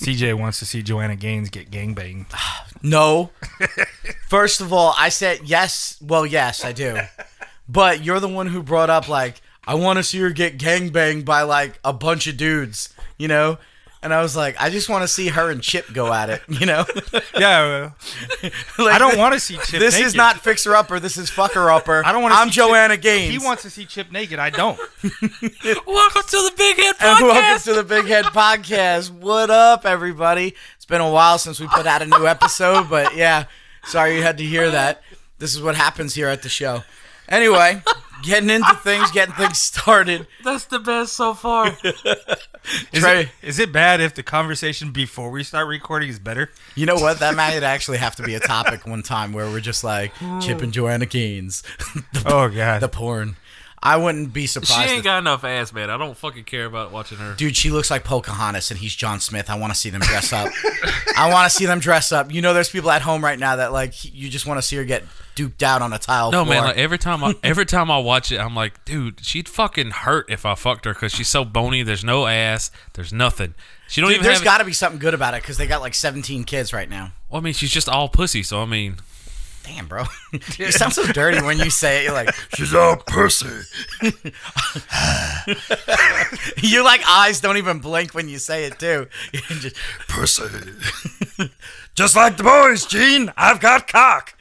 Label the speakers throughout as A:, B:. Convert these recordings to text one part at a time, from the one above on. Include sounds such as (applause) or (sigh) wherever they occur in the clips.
A: TJ wants to see Joanna Gaines get
B: (laughs)
A: gangbanged.
B: No. First of all, I said yes. Well, yes, I do. But you're the one who brought up like I want to see her get gangbanged by like a bunch of dudes, you know. And I was like, I just want to see her and Chip go at it, you know. (laughs)
A: Yeah,
B: Like,
A: I don't want to see Chip.
B: This is
A: naked.
B: not fixer upper. This is fucker upper.
A: I don't want. to.
B: I'm
A: see
B: Joanna
A: Chip,
B: Gaines.
A: He wants to see Chip naked. I
B: (laughs)
A: don't.
C: (laughs) Welcome to the Big Head
B: And welcome
C: Podcast.
B: to the Big Head Podcast. What up, everybody? It's been a while since we put out a new episode, but yeah, sorry you had to hear that. This is what happens here at the show. Anyway, getting into things, getting things started.
C: That's the best so (laughs) far.
A: Is it,
B: Trey.
A: is it bad if the conversation before we start recording is better?
B: You know what? That might actually have to be a topic one time where we're just like Chip and Joanna Gaines, (laughs) the,
A: Oh god.
B: the porn. I wouldn't be
C: She
B: surprised.
C: ain't
B: if-
C: got enough ass, man. I don't fucking care about watching her.
B: Dude, she looks like Pocahontas and he's John Smith. I want to see them dress up. I want to see them dress up. You know, there's people at home right now that like you just want to see her get duped out on a tile.
C: No
B: floor.
C: man, like every time (laughs) I every time I watch it, I'm like, dude, she'd fucking hurt if I fucked her because she's so bony. There's no ass. There's nothing. She don't
B: Dude,
C: even
B: there's
C: have.
B: got to be something good about it because they got like 17 kids right now.
C: well, I mean, she's just all pussy. So I mean,
B: Damn, bro, (laughs) you sound so dirty when you say it. You're like (laughs)
A: She's all pussy.
B: you like eyes don't even blink when you say it too. (laughs) You just-
A: Pussy. (laughs) Just like the boys, Gene. I've got cock.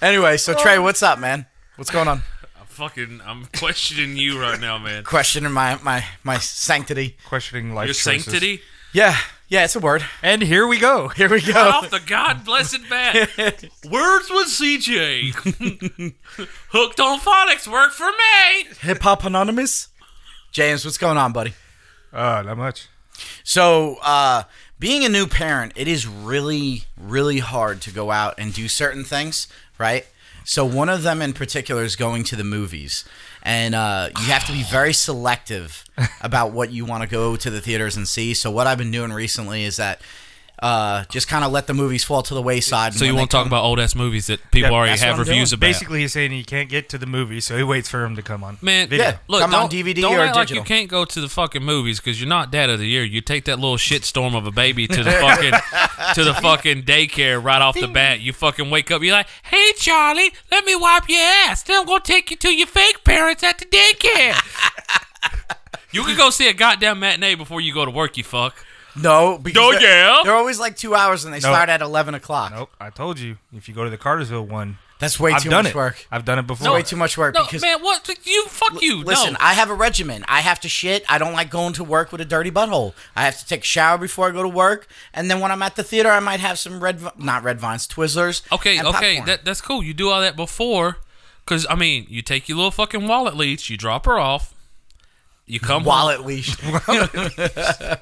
B: anyway, so Trey, what's up, man? What's going on?
C: I'm fucking. I'm (laughs) questioning you right now, man.
B: Questioning my my my sanctity.
A: Questioning life.
C: Your
A: choices.
C: (laughs) sanctity.
B: Yeah, yeah, it's a word.
A: And here we go.
B: Here we go.
C: off the god blessed bat. (laughs) Words with (laughs) CJ. Hooked on phonics work for me.
B: Hip Hop Anonymous. James, what's going on, buddy?
A: Uh, not much.
B: So, uh, being a new parent, it is really, really hard to go out and do certain things, right? So, one of them in particular is going to the movies. And uh, you have to be
A: (laughs)
B: very selective about what you want to go to the theaters and see. So, what I've been doing recently is that uh, just kind of let the movies fall to the wayside. and
C: So you
B: when
C: won't
B: they
C: talk about old ass movies that people
A: Yeah,
C: already
B: that's
C: have
B: what I'm
C: reviews
B: doing.
C: about.
A: Basically, he's saying he can't get to the movie, so he waits for him to come on.
C: Man,
A: video.
B: Yeah.
C: look,
B: come
C: don't,
B: on DVD
C: don't
B: or
C: act like you
B: digital.
C: can't go to the fucking movies because you're not dad of the year. You take that little shitstorm of a baby
B: (laughs)
C: to the fucking to the fucking daycare right off the bat. You fucking wake up, you're like, "Hey Charlie, let me wipe your ass. Then I'm gonna take you to your fake parents at
B: (laughs)
C: the daycare." you can go see a goddamn matinee before you go to work. You fuck.
B: No, because
C: Oh,
B: they're,
C: yeah?
B: they're always like two hours and they start at 11 o'clock.
A: Nope. I told you. If you go to the Cartersville one,
B: That's way
A: I've
B: too
A: done
B: much
A: it.
B: work.
A: I've done it before.
B: Way too much work
C: No,
B: because
C: man, what? You fuck you.
B: Listen,
C: no.
B: I have a regimen. I have to shit. I don't like going to work with a dirty butthole. I have to take a shower before I go to work, and then when I'm at the theater, I might have some red, Vi- not red vines, Twizzlers.
C: Okay,
B: and
C: okay,
B: popcorn.
C: that, that's cool. You do all that before, because I mean, you take your little fucking wallet leech, you drop her off, you come
A: (laughs)
B: wallet leash.
C: home,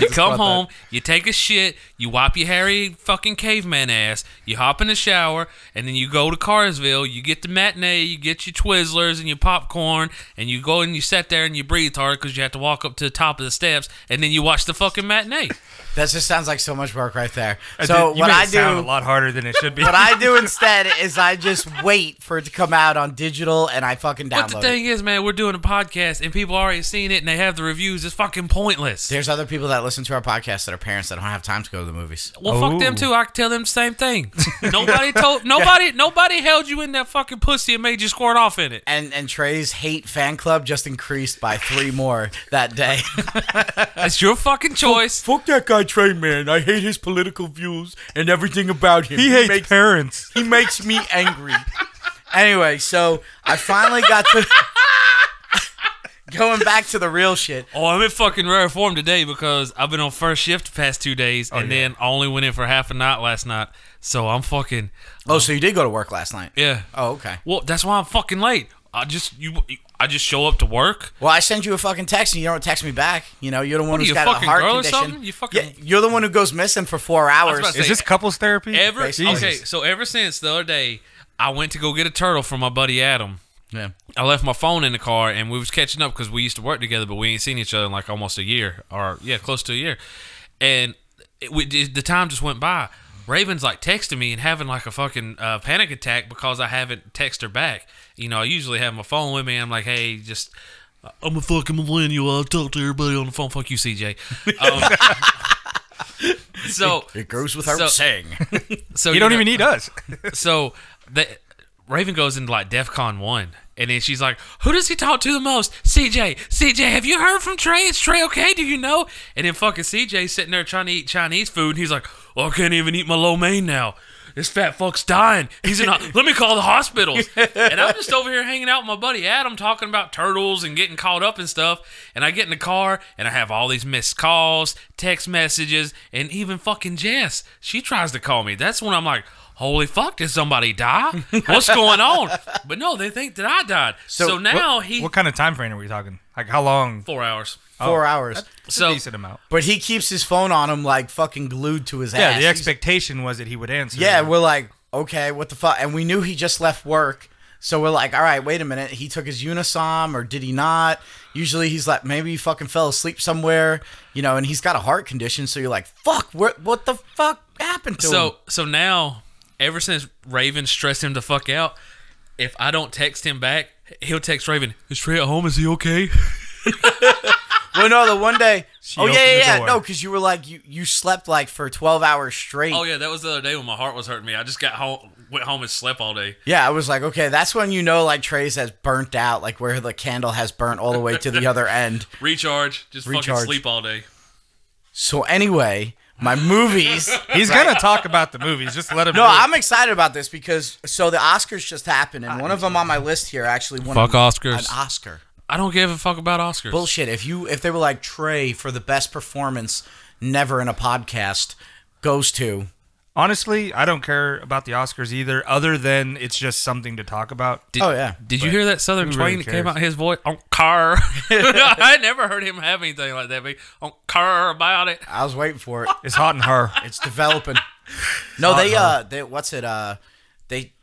C: you come
B: about that.
C: home, you take a shit, you wipe your hairy fucking caveman ass, you hop in the shower, and then you go to Carsville, you get the matinee, you get your Twizzlers and your popcorn, and you go and you sit there and you breathe hard because you have to walk up to the top of the steps, and then you watch the fucking matinee.
B: that just sounds like so much work right there.
A: I
B: So
A: did- Uh, you
B: what
A: made
B: I
A: it sound a
B: do,
A: lot harder than it should be.
B: what I do instead is I just wait for it to come out on digital, and I fucking
C: But the
B: download it.
C: thing is, man, we're doing a podcast and people already seen it and they have the reviews. It's fucking pointless.
B: There's other people that listen to our podcast that are parents that don't have time to go to the movies.
C: Well, fuck them
A: Oh.
C: too. I can tell them the same thing. nobody told, nobody, nobody held you in that fucking pussy and made you squirt off in it.
B: And and Trey's hate fan club just increased by three more that day.
C: That's your fucking choice.
B: Fuck that guy Trey, man. I hate his political views and everything
D: (laughs)
B: about him.
A: he hates
B: (laughs) makes,
A: parents.
B: he makes me angry. anyway, so I finally got to (laughs) going back to the real shit.
C: Oh, I'm in fucking rare form today because I've been on first shift the past two days and then I only went in for half a night last night. So I'm fucking
B: Oh, so you did go to work last night?
C: yeah.
B: Oh, okay.
C: Well, that's why I'm fucking late. I just you, I just show up to work.
B: Well, I send you a fucking text and you don't text me back. You know, you're the one
C: are
B: who's
C: you,
B: got a
C: fucking
B: heart
C: girl or
B: condition.
C: something? You fucking-
B: Yeah, you're the one who goes missing for four hours.
C: about to
A: Is this couples therapy?
C: Ever
B: Basically.
C: okay? So ever since the other day, I went to go get a turtle from my buddy Adam.
B: yeah.
C: I left my phone in the car and we was catching up because we used to work together, but we ain't seen each other in like almost a year or yeah, close to a year. And it, we, it- the time just went by. Raven's like texting me and having like a fucking uh, panic attack because I haven't texted her back. You know, I usually have my phone with me. I'm like, hey, just uh, I'm a fucking millennial. I talk to everybody on the phone. Fuck you, CJ. Um, (laughs) so
B: It goes without
C: So-
B: saying.
C: (laughs) so
D: You don't
C: know-
D: even need us. (laughs)
C: so the Raven goes into like DEF CON one, and then she's like, "Who does he talk to the most?" CJ, CJ, have you heard from Trey? Is Trey okay? Do you know? And then fucking CJ sitting there trying to eat Chinese food, and he's like, "Well, I can't even eat my lo mein now." This fat fuck's dying. He's in. A, let me call the hospitals. And I'm just over here hanging out with my buddy Adam, talking about turtles and getting caught up and stuff. And I get in the car, and I have all these missed calls, text messages, and even fucking Jess. She tries to call me. That's when I'm like, holy fuck, did somebody die? What's going on? But no, they think that I died. So, now
D: what,
C: he
D: What kind of time frame are we talking? Like how long?
C: four hours.
B: Four hours.
D: It's
C: So-
D: a decent amount.
B: But he keeps his phone on him like fucking glued to his
D: Yeah,
B: ass.
D: the
B: He's-
D: expectation was that he would answer.
B: Yeah, we're like, okay, what the fuck? And we knew he just left work. So we're like, all right, wait a minute. He took his Unisom or did he not? Usually he's like, maybe he fucking fell asleep somewhere, you know, and he's got a heart condition. So you're like, fuck, where, what the fuck happened to him?
C: So so now, ever since Raven stressed him to fuck out, if I don't text him back, he'll text Raven. Is Trey at home? Is
B: (laughs)
C: he okay?
B: Well, no, the one
D: (laughs)
B: day. oh, yeah,
D: opened the
B: yeah, yeah.
D: door.
B: No, because you were like, you, you slept like for 12 hours straight.
C: Oh yeah, that was the other day when my heart was hurting me. I just got home, went home and slept all day.
B: Yeah, I was like, okay, that's when you know like Trey's has burnt out, like where the candle has burnt all the way to the other end.
C: Recharge, just
B: Recharge.
C: fucking sleep all day.
B: So anyway, my
C: (laughs)
B: movies.
D: He's gonna talk about the movies. Just let him.
B: No,
D: do it.
B: I'm excited about this because so the Oscars just happened, and one of them on my list here actually won
C: Fuck
B: an-
C: Oscars.
B: An Oscar.
C: I don't give a fuck about Oscars.
B: Bullshit. If you if they were like Trey for the best performance never in a podcast goes to
D: Honestly, I don't care about the Oscars either, other than it's just something to talk about.
C: Did,
B: Oh, yeah.
C: Did you hear that Southern
D: who
C: Twain
D: really
C: that came
D: cares?
C: out his voice on car? (laughs) I never heard him have anything like that. But on car about it.
B: I was waiting for it.
D: It's hot and
B: (laughs)
D: her.
B: It's
C: (laughs)
B: developing. no, they
C: Uh-huh.
B: uh they what's it uh they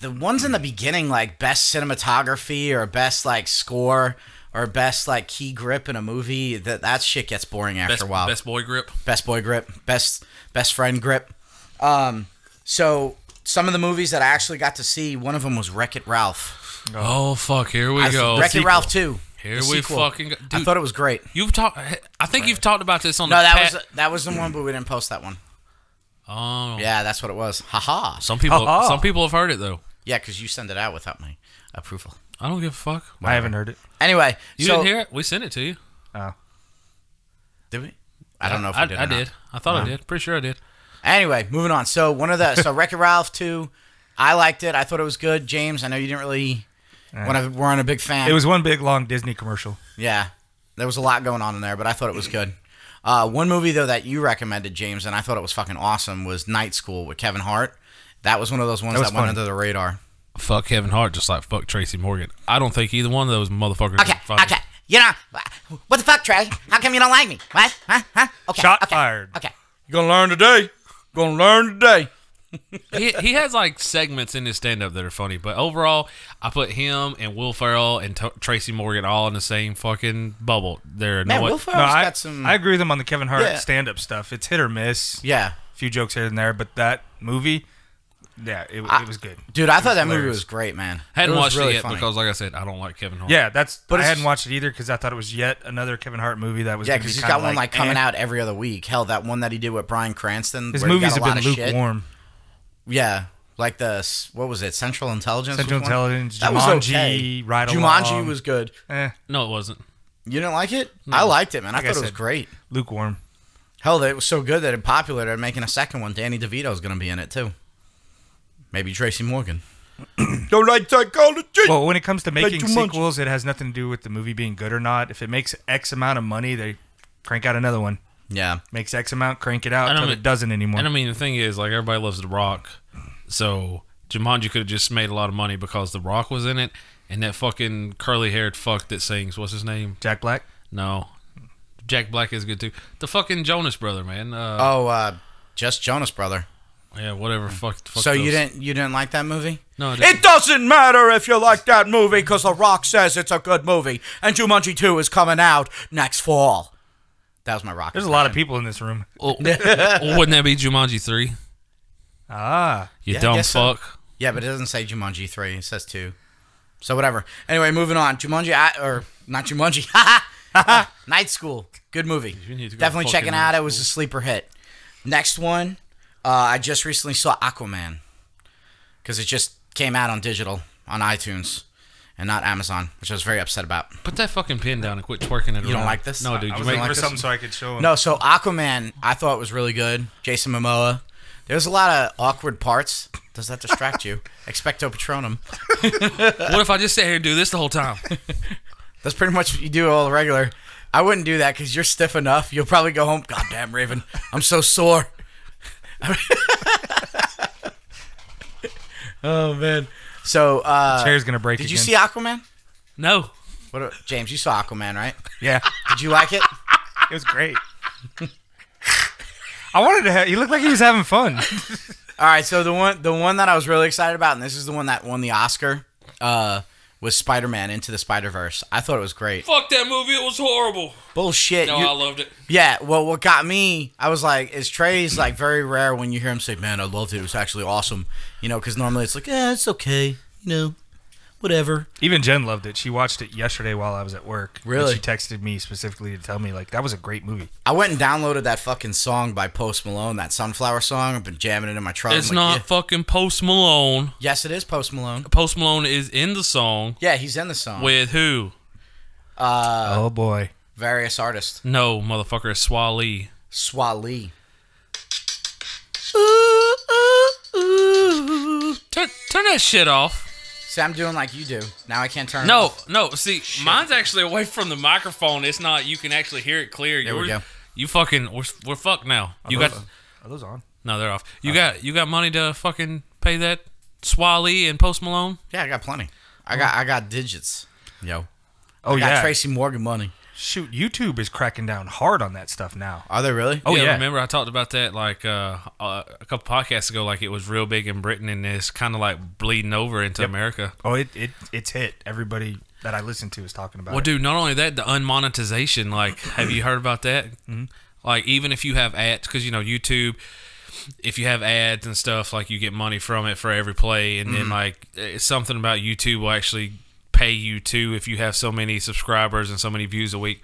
B: the ones in the beginning like best cinematography or best like score or best like key grip in a movie that that shit gets boring after
C: Best,
B: a while.
C: best boy grip.
B: best boy grip, best best friend grip. Um, so some of the movies that I actually got to see, one of them was Wreck It Ralph.
C: Oh fuck! Here we go.
B: Wreck It Ralph two.
C: Here
B: the
C: we
B: sequel.
C: fucking go.
B: I
C: Dude.
B: thought it was great.
C: You've talked. I think you've talked about this on
B: No,
C: the.
B: that
C: pat-
B: was that was the one, but we didn't post that one.
C: Oh.
B: Yeah, Oh, that's what it was. Haha.
C: Some people.
D: Ha-ha.
C: Some people have heard it though.
B: Yeah, because you send it out without my approval.
C: I don't give a fuck.
D: I haven't heard it.
B: Anyway,
C: You
B: so,
C: didn't hear it? We sent it to you.
D: Oh.
B: Did we? I don't know if
C: I,
B: we did.
C: I
B: or not.
C: did. I thought I did. Pretty sure I did.
B: Anyway, moving on. So one of the so Wreck It Ralph two, I liked it. I thought it was good. James, I know you didn't really. When we're on a big fan.
D: It was one big long Disney commercial.
B: Yeah, there was a lot going on in there, but I thought it was good. Uh, one movie though that you recommended, James, and I thought it was fucking awesome was Night School with Kevin Hart. That was one of those ones
D: That
B: that,
D: was
B: went
D: funny.
B: under the radar.
C: Fuck Kevin Hart, just like fuck Tracy Morgan. I don't think either one of those motherfuckers.
B: Okay,
C: are funny.
B: okay, you know what the fuck, Trey? How come you don't like me? What? Huh? Huh? Okay.
D: Shot
B: okay,
D: fired.
B: Okay.
D: You're gonna learn today. Gonna learn today.
C: he, he has like segments in his stand up that are funny, but overall, I put him and Will Ferrell and T- Tracy Morgan all in the same fucking bubble. They're
B: Man,
C: no
B: Will
D: No,
B: Ferrell's
D: I,
B: got some.
D: I agree with him on the Kevin Hart
B: Yeah.
D: stand-up stuff. It's hit or miss.
B: yeah,
D: A few jokes here and there, but that movie, yeah, it, it was good.
B: dude, I thought that movie
D: hilarious.
B: was great, man.
C: hadn't
B: was
C: watched
B: really
C: it yet
B: funny.
C: because, like I said, I don't like Kevin Hart.
D: Yeah, that's.
B: But
D: But I
B: it's-
D: hadn't watched it either because I thought it was yet another Kevin Hart movie that was.
B: Yeah,
D: because
B: because he's got one
D: eh.
B: like coming out every other week. Hell, that one that he did with Brian Cranston.
D: His
B: where he got
D: movies
B: a
D: have been
B: lot of shit.
D: lukewarm.
B: Yeah, like the s- what was it? Central Intelligence.
D: Central
B: was one?
D: Intelligence,
B: That was
D: Jumanji,
B: okay.
D: Ride
B: Jumanji
D: Along.
B: was good.
D: Eh,
C: No, it wasn't.
B: You didn't Hmm. like it? I liked it, man. I
D: Like I
B: thought it was
D: said.
B: great.
D: lukewarm.
B: Hell, that it was so good that it popular. They're making a second one. Danny DeVito's going to be in it too. Maybe Tracy Morgan. (coughs) Don't like psychology.
D: Well, when it comes to making
B: Jumanji.
D: sequels, it has nothing to do with the movie being good or not. If it makes X amount of money, they crank out another one.
B: Yeah,
D: Makes X amount, crank it
C: I
D: out
C: don't
D: until
C: mean-
D: it doesn't anymore.
C: And I mean, the thing is, like everybody loves The Rock, so Jumanji could have just made a lot of money because The Rock was in it, and that fucking curly-haired fuck that sings, what's his name?
D: Jack Black.
C: No, Jack Black is good too. The fucking Jonas brother, man. Uh,
B: Oh, uh, just Jonas Brother.
C: yeah, whatever. Fuck. fuck
B: so you
C: those.
B: didn't you didn't like that movie?
C: No, I didn't.
B: It doesn't matter if you like that movie because The Rock says it's a good movie, and Jumanji Two is coming out next fall. That was my Rock.
D: There's a lot of people in this room.
C: Oh, wouldn't that be Jumanji three?
D: Ah,
C: You
B: Yeah, Ah, I
C: dumb
B: guess so.
C: fuck.
B: Yeah, but it doesn't say Jumanji Three. It says two. So whatever. Anyway, moving on. Jumanji I, or not Jumanji? (laughs) Night School. Good movie.
C: You need to go
B: Definitely
C: fucking
B: checking out.
C: Night
B: It was a sleeper hit. Next one, uh, I just recently saw Aquaman because it just came out on digital on iTunes and not Amazon, which I was very upset about.
C: Put that fucking pin down and quit twerking it. You
B: don't like this?
C: No, dude.
D: I
C: You
D: was
C: make
D: looking for
C: this-
D: something so I could show him.
B: No, so Aquaman, I thought was really good. Jason Momoa. There's a lot of awkward parts. Does that distract
C: (laughs)
B: you? Expecto Patronum.
C: What if I just sat here and do this the
B: (laughs)
C: whole time?
B: That's pretty much what you do all regular. I wouldn't do that because you're stiff enough. You'll probably go home. God damn, Raven, I'm so sore. oh man. So uh,
D: Chair's gonna break.
B: Did you
D: again.
B: see Aquaman?
C: No.
B: What, a- James? You saw Aquaman, right? (laughs)
D: Yeah,
B: Did you like it?
D: it was great. I wanted to. Have, he looked like he was having fun.
B: All right, so the one the one that I was really excited about, and this is the one that won the Oscar, uh, was Spider Man Into the Spider Verse. I thought it was great.
C: Fuck that movie. It was horrible.
B: Bullshit.
C: No,
B: you-
C: I loved it.
B: Yeah, well, what got me, I was like, is Trey's like very rare when you hear him say, "Man, I loved it. It was actually awesome," you know, because normally it's like, "Yeah, it's okay," you know, whatever.
D: Even Jen loved it. She watched it yesterday while I was at work. and
B: Really?
D: She texted me specifically to tell me like that was a great movie.
B: I went and downloaded that fucking song by Post Malone, that Sunflower song. I've been jamming it in my truck. I'm
C: It's
B: like,
C: not
B: yeah.
C: fucking Post Malone.
B: Yes, it is Post Malone.
C: Post Malone is in the song
B: Yeah, he's in the song.
C: with who?
B: Uh,
D: oh boy.
B: Various artists.
C: No, motherfucker, it's Swali.
B: Swali.
C: Turn, turn that shit off.
B: See, I'm doing like you do. Now I can't turn. it
C: No,
B: off.
C: no. See, mine's actually away from the microphone. It's not. You can actually hear it clear.
B: There we
C: Yours-
B: go.
C: You fucking. We're, we're fucked now. You got.
D: Are those on?
C: No, they're off. You got. You got money to fucking pay that Swali and Post Malone.
B: Yeah, I got plenty. I got I got digits. Yo,
D: Oh
B: I got
D: yeah.
B: Tracy Morgan money.
D: Shoot, YouTube is cracking down hard on that stuff now.
B: Are they really?
D: Oh yeah.
C: Remember I talked about that like uh, uh, a couple podcasts ago. Like it was real big in Britain and it's kind of like bleeding over into America.
D: Oh, it, it it's hit. Everybody that I listen to is talking about
C: Well,
D: it.
C: dude, not only that, the unmonetization. Like, have you heard
D: (coughs)
C: about that?
D: Mm-hmm.
C: Like, even if you have ads, because you know YouTube, if you have ads and stuff, like you get money from it for every play, and
D: Mm-hmm.
C: then like it's something about YouTube will actually pay you too if you have so many subscribers and so many views a week.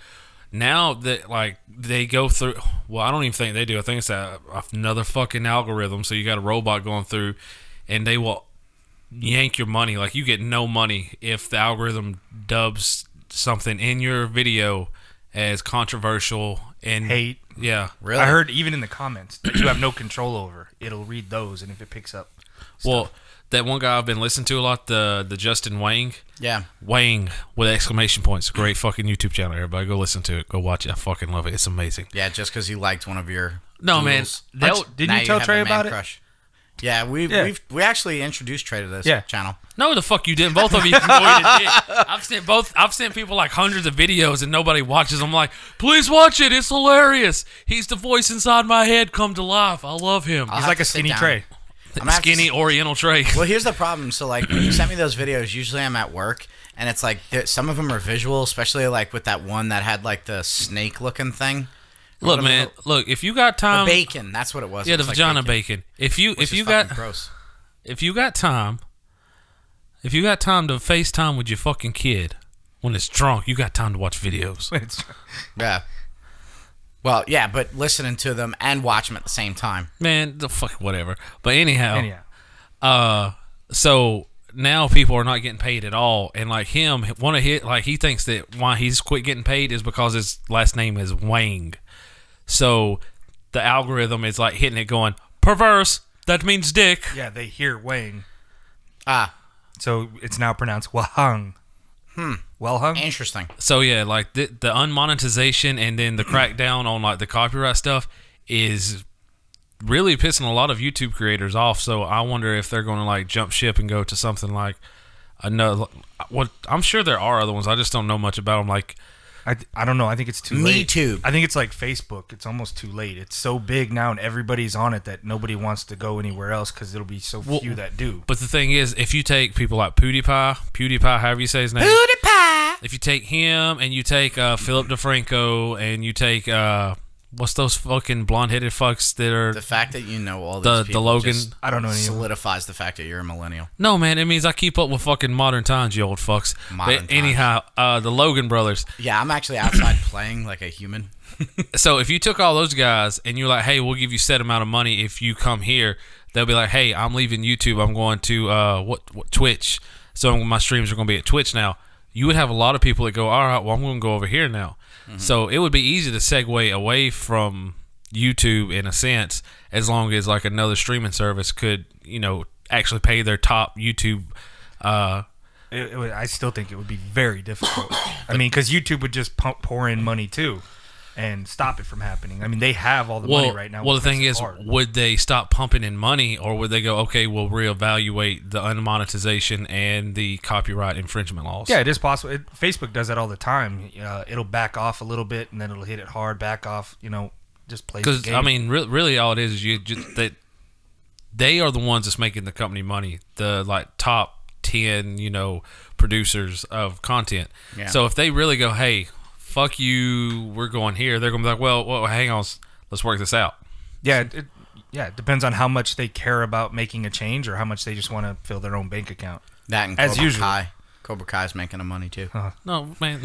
C: Now that like they go through, well, I don't even think they do. I think it's a, another fucking algorithm. So you got a robot going through, and they will yank your money. Like you get no money if the algorithm dubs something in your video as controversial and
D: Hate.
C: Yeah,
B: Really?
D: I heard even in the comments that you have no control over. It'll read those, and if it picks up,
C: Well, that one guy I've been listening to a lot, the the Justin Wang.
B: Yeah.
C: Wang with exclamation points. Great fucking YouTube channel. Everybody go listen to it. Go watch it. I fucking love it. It's amazing.
B: Yeah, just because he liked one of your
D: Oh,
C: No man,
B: doodles.
C: they'll,
D: Did
B: Now
D: you tell
B: have
D: Trey
B: a man
D: about it?
B: crush. Yeah, we
D: Yeah.
B: we've we actually introduced Trey to this
D: Yeah.
B: channel.
C: no the fuck you didn't. Both of you. you already did. I've sent both. I've sent people like hundreds of videos and nobody watches. I'm like, please watch it. It's hilarious. He's the voice inside my head come to life. I love him.
B: I'll
D: It's
B: have
D: like
B: to
D: a
B: sit
D: skinny
B: down.
D: tray. (laughs)
B: gonna have to
C: Skinny
B: (laughs)
C: Oriental Trey.
B: Well, here's the problem. So, like, when you sent me those videos. Usually, I'm at work, and it's like there, some of them are visual, especially like with that one that had like the snake-looking thing,
C: Look, man. Look, if you got time,
B: bacon. That's what it was.
C: Um, yeah,
B: It
C: the
B: was like
C: vagina
B: bacon,
C: bacon. If you
B: which
C: if
B: is
C: you
B: fucking
C: got
B: gross.
C: if you got time, if you got time to FaceTime with your fucking kid when it's drunk, you got time to watch videos.
B: (laughs)
D: It's,
B: Yeah. Well, yeah, but listening to them and watch them at the same time.
C: Man, the fuck whatever. But
B: Oh.
C: anyhow,
D: anyhow,
C: uh so now people are not getting paid at all and like him one of his like he thinks that why he's quit getting paid is because his last name is Wang. So the algorithm is like hitting it going perverse, that means dick.
D: yeah, they hear Wang,
B: Ah,
D: so it's now pronounced Wahang. Hmm. Wellhung.
B: interesting.
C: So yeah, like the, the unmonetization and then the crackdown on like the copyright stuff is really pissing a lot of YouTube creators off. So I wonder if they're going to like jump ship and go to something like another. What I'm sure there are other ones. I just don't know much about them. Like
D: I, I don't know. I think it's too
B: Me
D: late.
B: too.
D: I think it's like Facebook. It's almost too late. It's so big now, and everybody's on it that nobody wants to go anywhere else because it'll be so few that do.
C: But the thing is, if you take people like PewDiePie, PewDiePie, however you say his
B: (laughs)
C: name, PewDiePie. If you take him and you take uh, Philip DeFranco and you take uh, what's those fucking blonde headed fucks that are
B: The fact that you know all these
C: The- the
B: people
C: Logan-
B: just
D: I don't know any of them.
B: solidifies the fact that you're a millennial.
C: No, man, it means I keep up with fucking modern times, you old fucks.
B: Modern
C: but
B: times.
C: anyhow, uh, the Logan brothers.
B: Yeah, I'm actually outside (coughs) playing like a human.
C: So if you took all those guys and you're like, hey, we'll give you set amount of money if you come here, they'll be like, hey, I'm leaving YouTube. I'm going to uh, what, what Twitch. So my streams are going to be at Twitch now. You would have a lot of people that go, all right, well, I'm going to go over here now. So it would be easy to segue away from YouTube in a sense, as long as like another streaming service could, you know, actually pay their top YouTube. Uh,
D: It, it would, I still think it would be very difficult. I mean, because YouTube would just pump pour in money too, and stop it from happening. I mean, they have all the money right now.
C: Well, the
D: which
C: thing
D: makes
C: is,
D: it hard.
C: would they stop pumping in money, or would they go, okay, we'll reevaluate the unmonetization and the copyright infringement laws?
D: yeah, it is possible. It, Facebook does that all the time. Uh, it'll back off a little bit, and then it'll hit it hard. Back off, you know, just play.
C: because I mean, re- really, all it is is you just that they are the ones that's making the company money. The like top ten, you know, producers of content.
B: Yeah.
C: So if they really go, hey, fuck you, we're going here, they're gonna be like, well, well hang on, s- let's work this out.
D: yeah, it, it- yeah, it depends on how much they care about making a change or how much they just want to fill their own bank account.
B: That and
D: As
B: Cobra
D: usual.
B: Kai. Cobra Kai's making them money too.
C: No
D: (laughs)
C: man.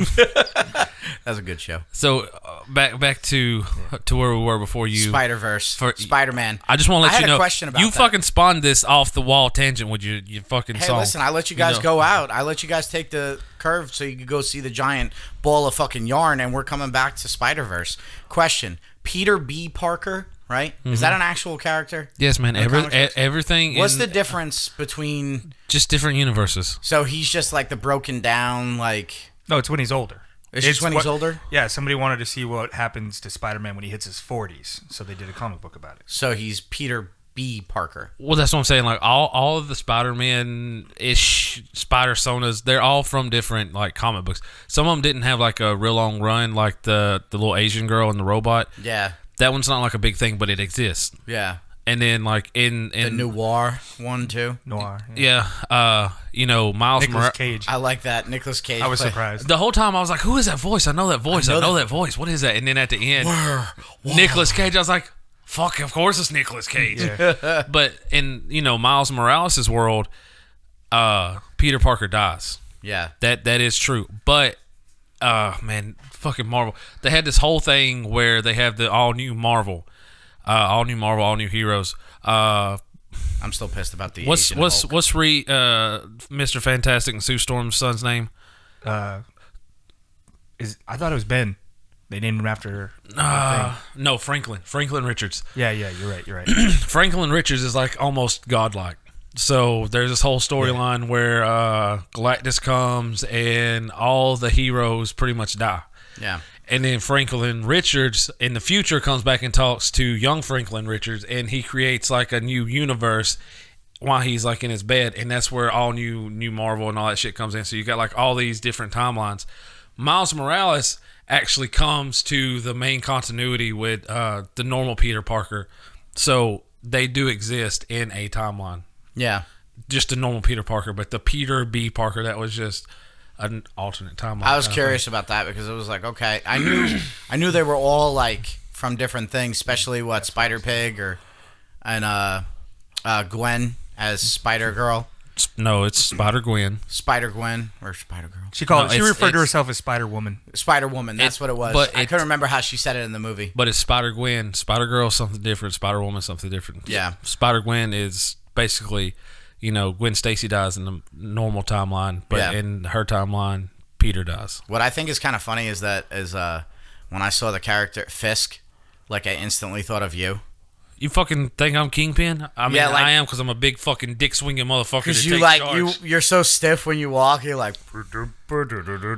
B: That's a good show.
C: so uh, back back to to where we were before you.
B: Spider Verse,
C: for-
B: Spider Man.
C: I just want to let
B: I had
C: you
B: a
C: know.
B: question about
C: you
B: that.
C: fucking spawned this off the wall tangent with your your fucking
B: Hey,
C: song.
B: listen, I let you guys
C: know.
B: go out. I let you guys take the curve so you could go see the giant ball of fucking yarn, and we're coming back to Spider Verse. Question Peter B. Parker, right? Is that an actual character?
C: Yes, man.
B: In the
C: Every,
B: comic
C: e-
B: books?
C: everything
B: What's
C: Mm-hmm. in
B: the difference between.
C: just different universes.
B: So he's just like the broken down, like.
D: No, it's when he's older.
B: It's just when he's
D: what-
B: older?
D: Yeah, somebody wanted to see what happens to Spider-Man when he hits his 40s, so they did a comic book about it.
B: So he's Peter B. Parker.
C: Well, that's what I'm saying. Like all all of the Spider-Man ish Spider Sonas, they're all from different like comic books. Some of them didn't have like a real long run, like the the little Asian girl and the robot.
B: Yeah.
C: That one's not like a big thing, but it exists.
B: Yeah.
C: And then like in in
B: The noir one, too.
D: Noir. Yeah.
C: yeah, uh, you know Miles
D: Nicolas
C: Morales.
D: Cage.
B: I like that. Nicholas Cage.
D: I was
B: play-
D: surprised.
C: The whole time I was like, "Who is that voice? I know that voice. I know,
B: know
C: that voice. What is that?" And then at the end, Nicholas Cage. I was like, "Fuck! Of course it's Nicholas Cage." (laughs) but in you know Miles Morales' world, uh, Peter Parker dies.
B: Yeah.
C: That that is true. But uh man, fucking Marvel. They had this whole thing where they have the all new Marvel, uh, all new Marvel, all new heroes. Uh,
B: I'm still pissed about the.
C: what's
B: Asian
C: what's
B: Hulk.
C: what's re uh Mister Fantastic and Sue Storm's son's name?
D: Uh, is I thought it was Ben. They named him after.
C: Uh, no, Franklin. Franklin Richards.
D: Yeah, yeah, you're right. You're
C: (clears throat)
D: right.
C: Franklin Richards is like almost godlike. So there's this whole storyline where uh, Galactus comes and all the heroes pretty much die.
B: Yeah.
C: And then Franklin Richards in the future comes back and talks to young Franklin Richards and he creates like a new universe while he's like in his bed and that's where all new new Marvel and all that shit comes in. So you got like all these different timelines. Miles Morales actually comes to the main continuity with uh, the normal Peter Parker. So they do exist in a timeline.
B: Yeah.
C: Just the normal Peter Parker, but the Peter B. Parker that was just an alternate timeline.
B: I was
C: Uh,
B: curious about that because it was like, okay, I (clears throat) knew, I knew they were all like from different things, especially what Spider Pig or and uh, uh, Gwen as Spider Girl,
C: No, it's Spider Gwen.
B: Spider Gwen or Spider Girl,
D: She called.
C: No,
D: she
C: it's-
D: referred to
C: it's-
D: herself as Spider Woman.
B: Spider Woman. That's
C: It-
B: what it was.
C: but
B: I
C: it-
B: couldn't remember how she said it in the movie.
C: But it's Spider Gwen, Spider Girl, something different. Spider Woman, something different.
B: Yeah.
C: Spider Gwen is basically, you know, Gwen Stacy dies in the normal timeline, but
B: Yeah.
C: in her timeline, Peter dies.
B: What I think is kind of funny is that is uh, when I saw the character Fisk, like I instantly thought of you
C: You fucking think I'm Kingpin? I mean,
B: Yeah, like-
C: I am because I'm a big fucking dick swinging motherfucker.
B: because
C: Because
B: you like you you're so stiff when you walk. You're like,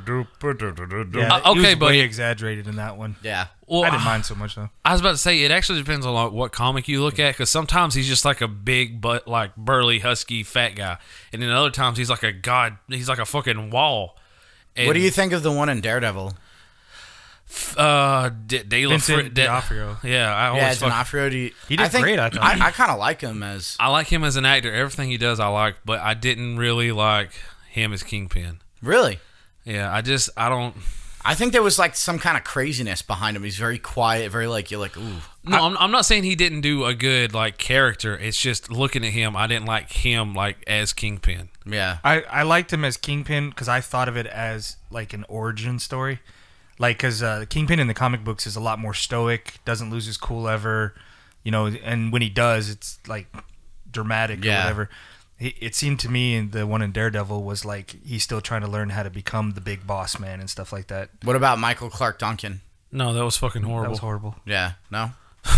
D: Yeah,
C: Uh,
D: it was
C: okay, buddy.
D: Way exaggerated in that one.
B: yeah,
C: Well,
D: I didn't mind so much though.
C: I was about to say it actually depends on like, what comic you look at because sometimes he's just like a big but like burly husky fat guy, and then other times he's like a god, he's like a fucking wall. And,
B: what do you think of the one in Daredevil?
C: Uh, D- De La
D: Vincent
C: Fre- De-
D: D'Onofrio.
C: Yeah, I always
B: Yeah,
C: fuck-
B: D'Onofrio. do you-
D: He did
B: think-
D: great, I thought.
B: I, I kind of like him as
C: I like him as an actor. Everything he does, I like, but I didn't really like him as Kingpin.
B: really.
C: Yeah, I just I don't.
B: I think there was like some kind of craziness behind him. He's very quiet, very like you're like, ooh,
C: No, I, am I'm not saying he didn't do a good like character. It's just looking at him, I didn't like him like as Kingpin.
B: yeah.
D: I, I liked him as Kingpin because I thought of it as like an origin story. Like, because uh, Kingpin in the comic books is a lot more stoic, doesn't lose his cool ever, you know, and when he does, it's like dramatic
B: Yeah.
D: or whatever. It, it seemed to me in the one in Daredevil was like he's still trying to learn how to become the big boss man and stuff like that.
B: What about Michael Clark Duncan?
C: No, that was fucking horrible.
D: That was horrible.
B: Yeah, no.
D: (laughs)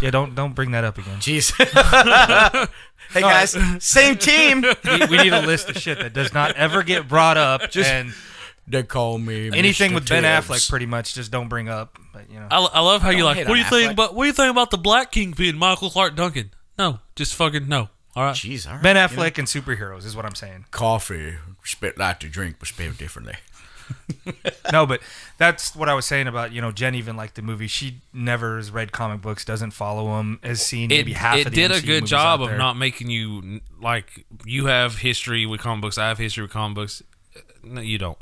D: yeah, don't don't bring that up again.
B: Jeez. (laughs) hey guys,
D: (laughs)
B: same team.
D: We, we need a list of shit that does not ever get brought up, and
B: They call me
D: anything
B: Mr.
D: with Ben
B: Tibbs.
D: Affleck, pretty much, just don't bring up. But you know,
C: I, I love how you like.
B: hate
C: What do
B: on
C: you think
B: Affleck.
C: about what do you think about the black Kingpin, Michael Clark Duncan? No, just fucking no. All right.
B: Jeez, all right.
D: Ben Affleck and superheroes is what I'm saying.
B: Coffee, spit like to drink, but spit differently.
D: no, but that's what I was saying about you know Jen even liked the movie. She never has read comic books, doesn't follow them, has seen
C: It,
D: maybe half
C: it
D: of the
C: did a
D: MCU
C: good
D: movies
C: job
D: out
C: of
D: there.
C: not making you like you have history with comic books. I have history with comic books. No, you don't.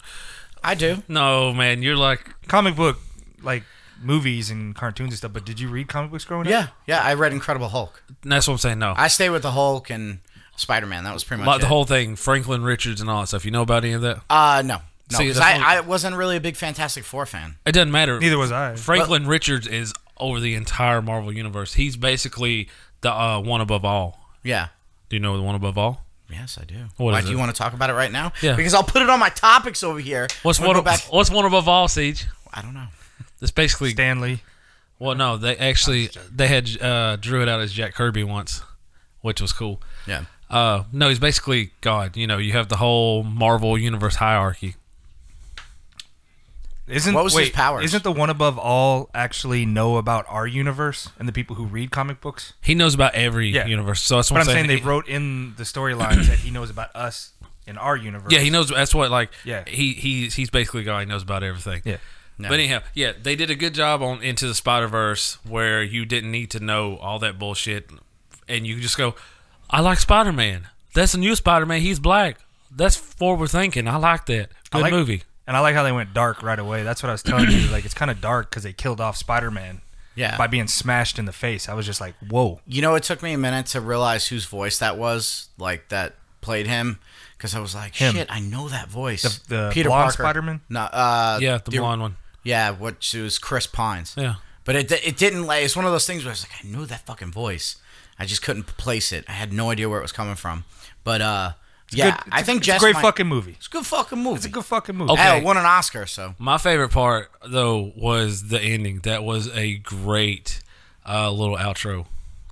B: I do.
C: No, man, you're like
D: comic book like movies and cartoons and stuff. But did you read comic books growing up?
B: Yeah, yeah. I read Incredible Hulk.
C: that's what I'm saying. No,
B: I stay with the Hulk and Spider Man. That was pretty much
C: like the
B: it.
C: whole thing, Franklin Richards and all that stuff. You know about any of that?
B: Uh, no, no,
C: See,
B: because
C: that's
B: I,
C: all-
B: I wasn't really a big Fantastic Four fan.
C: It doesn't matter.
D: Neither was I.
C: Franklin Richards is over the entire Marvel universe. He's basically the uh, one above all.
B: Yeah.
C: Do you know the one above all?
B: Yes, I do.
C: What
B: Why
C: is
B: do
C: it?
B: you want to talk about it right now?
C: Yeah.
B: Because I'll put it on my topics over here.
C: What's
B: We'll
C: one?
B: go
C: Of, what's one above all? Siege.
B: I don't know.
C: That's basically
D: Stanley.
C: Well, no, they actually they had uh, drew it out as Jack Kirby once, which was cool.
B: Yeah.
C: Uh, no, he's basically God. You know, you have the whole Marvel universe hierarchy.
D: Isn't
B: What was his
D: wait,
B: powers?
D: Isn't the one above all actually know about our universe and the people who read comic books?
C: He knows about every
D: Yeah.
C: universe. So that's what
D: But I'm saying,
C: saying
D: they wrote in the storylines that he knows about us in our universe.
C: yeah, he knows. That's what like.
D: Yeah.
C: He he he's basically God. He knows about everything.
D: Yeah.
C: But anyhow, yeah, they did a good job on Into the Spider Verse where you didn't need to know all that bullshit, and you just go, "I like Spider Man. That's a new Spider Man. He's black. That's forward thinking. I like that.
D: I
C: Good
D: like-
C: movie.
D: And I like how they went dark right away. That's what I was telling you. Like it's kind of dark because they killed off Spider Man.
B: Yeah.
D: By being smashed in the face, I was just like, whoa.
B: You know, it took me a minute to realize whose voice that was, like that played him, because I was like,
D: Him.
B: shit, I know that voice.
D: the blonde Spider-Man?
B: No, uh,
C: Yeah, the blonde one.
B: Yeah, which was Chris Pines.
C: Yeah.
B: But it, it didn't lay. It's one of those things where I was like, I know that fucking voice. I just couldn't place it. I had no idea where it was coming from. But uh, yeah,
D: Good-
B: I
D: it's a-
B: think
D: it's
B: Jess
D: a great
B: might-
D: fucking movie.
B: It's a good fucking movie.
D: It's a good fucking movie.
C: Okay.
B: Hell, it won an Oscar, so
C: My favorite part though was the ending. That was a great uh, little outro.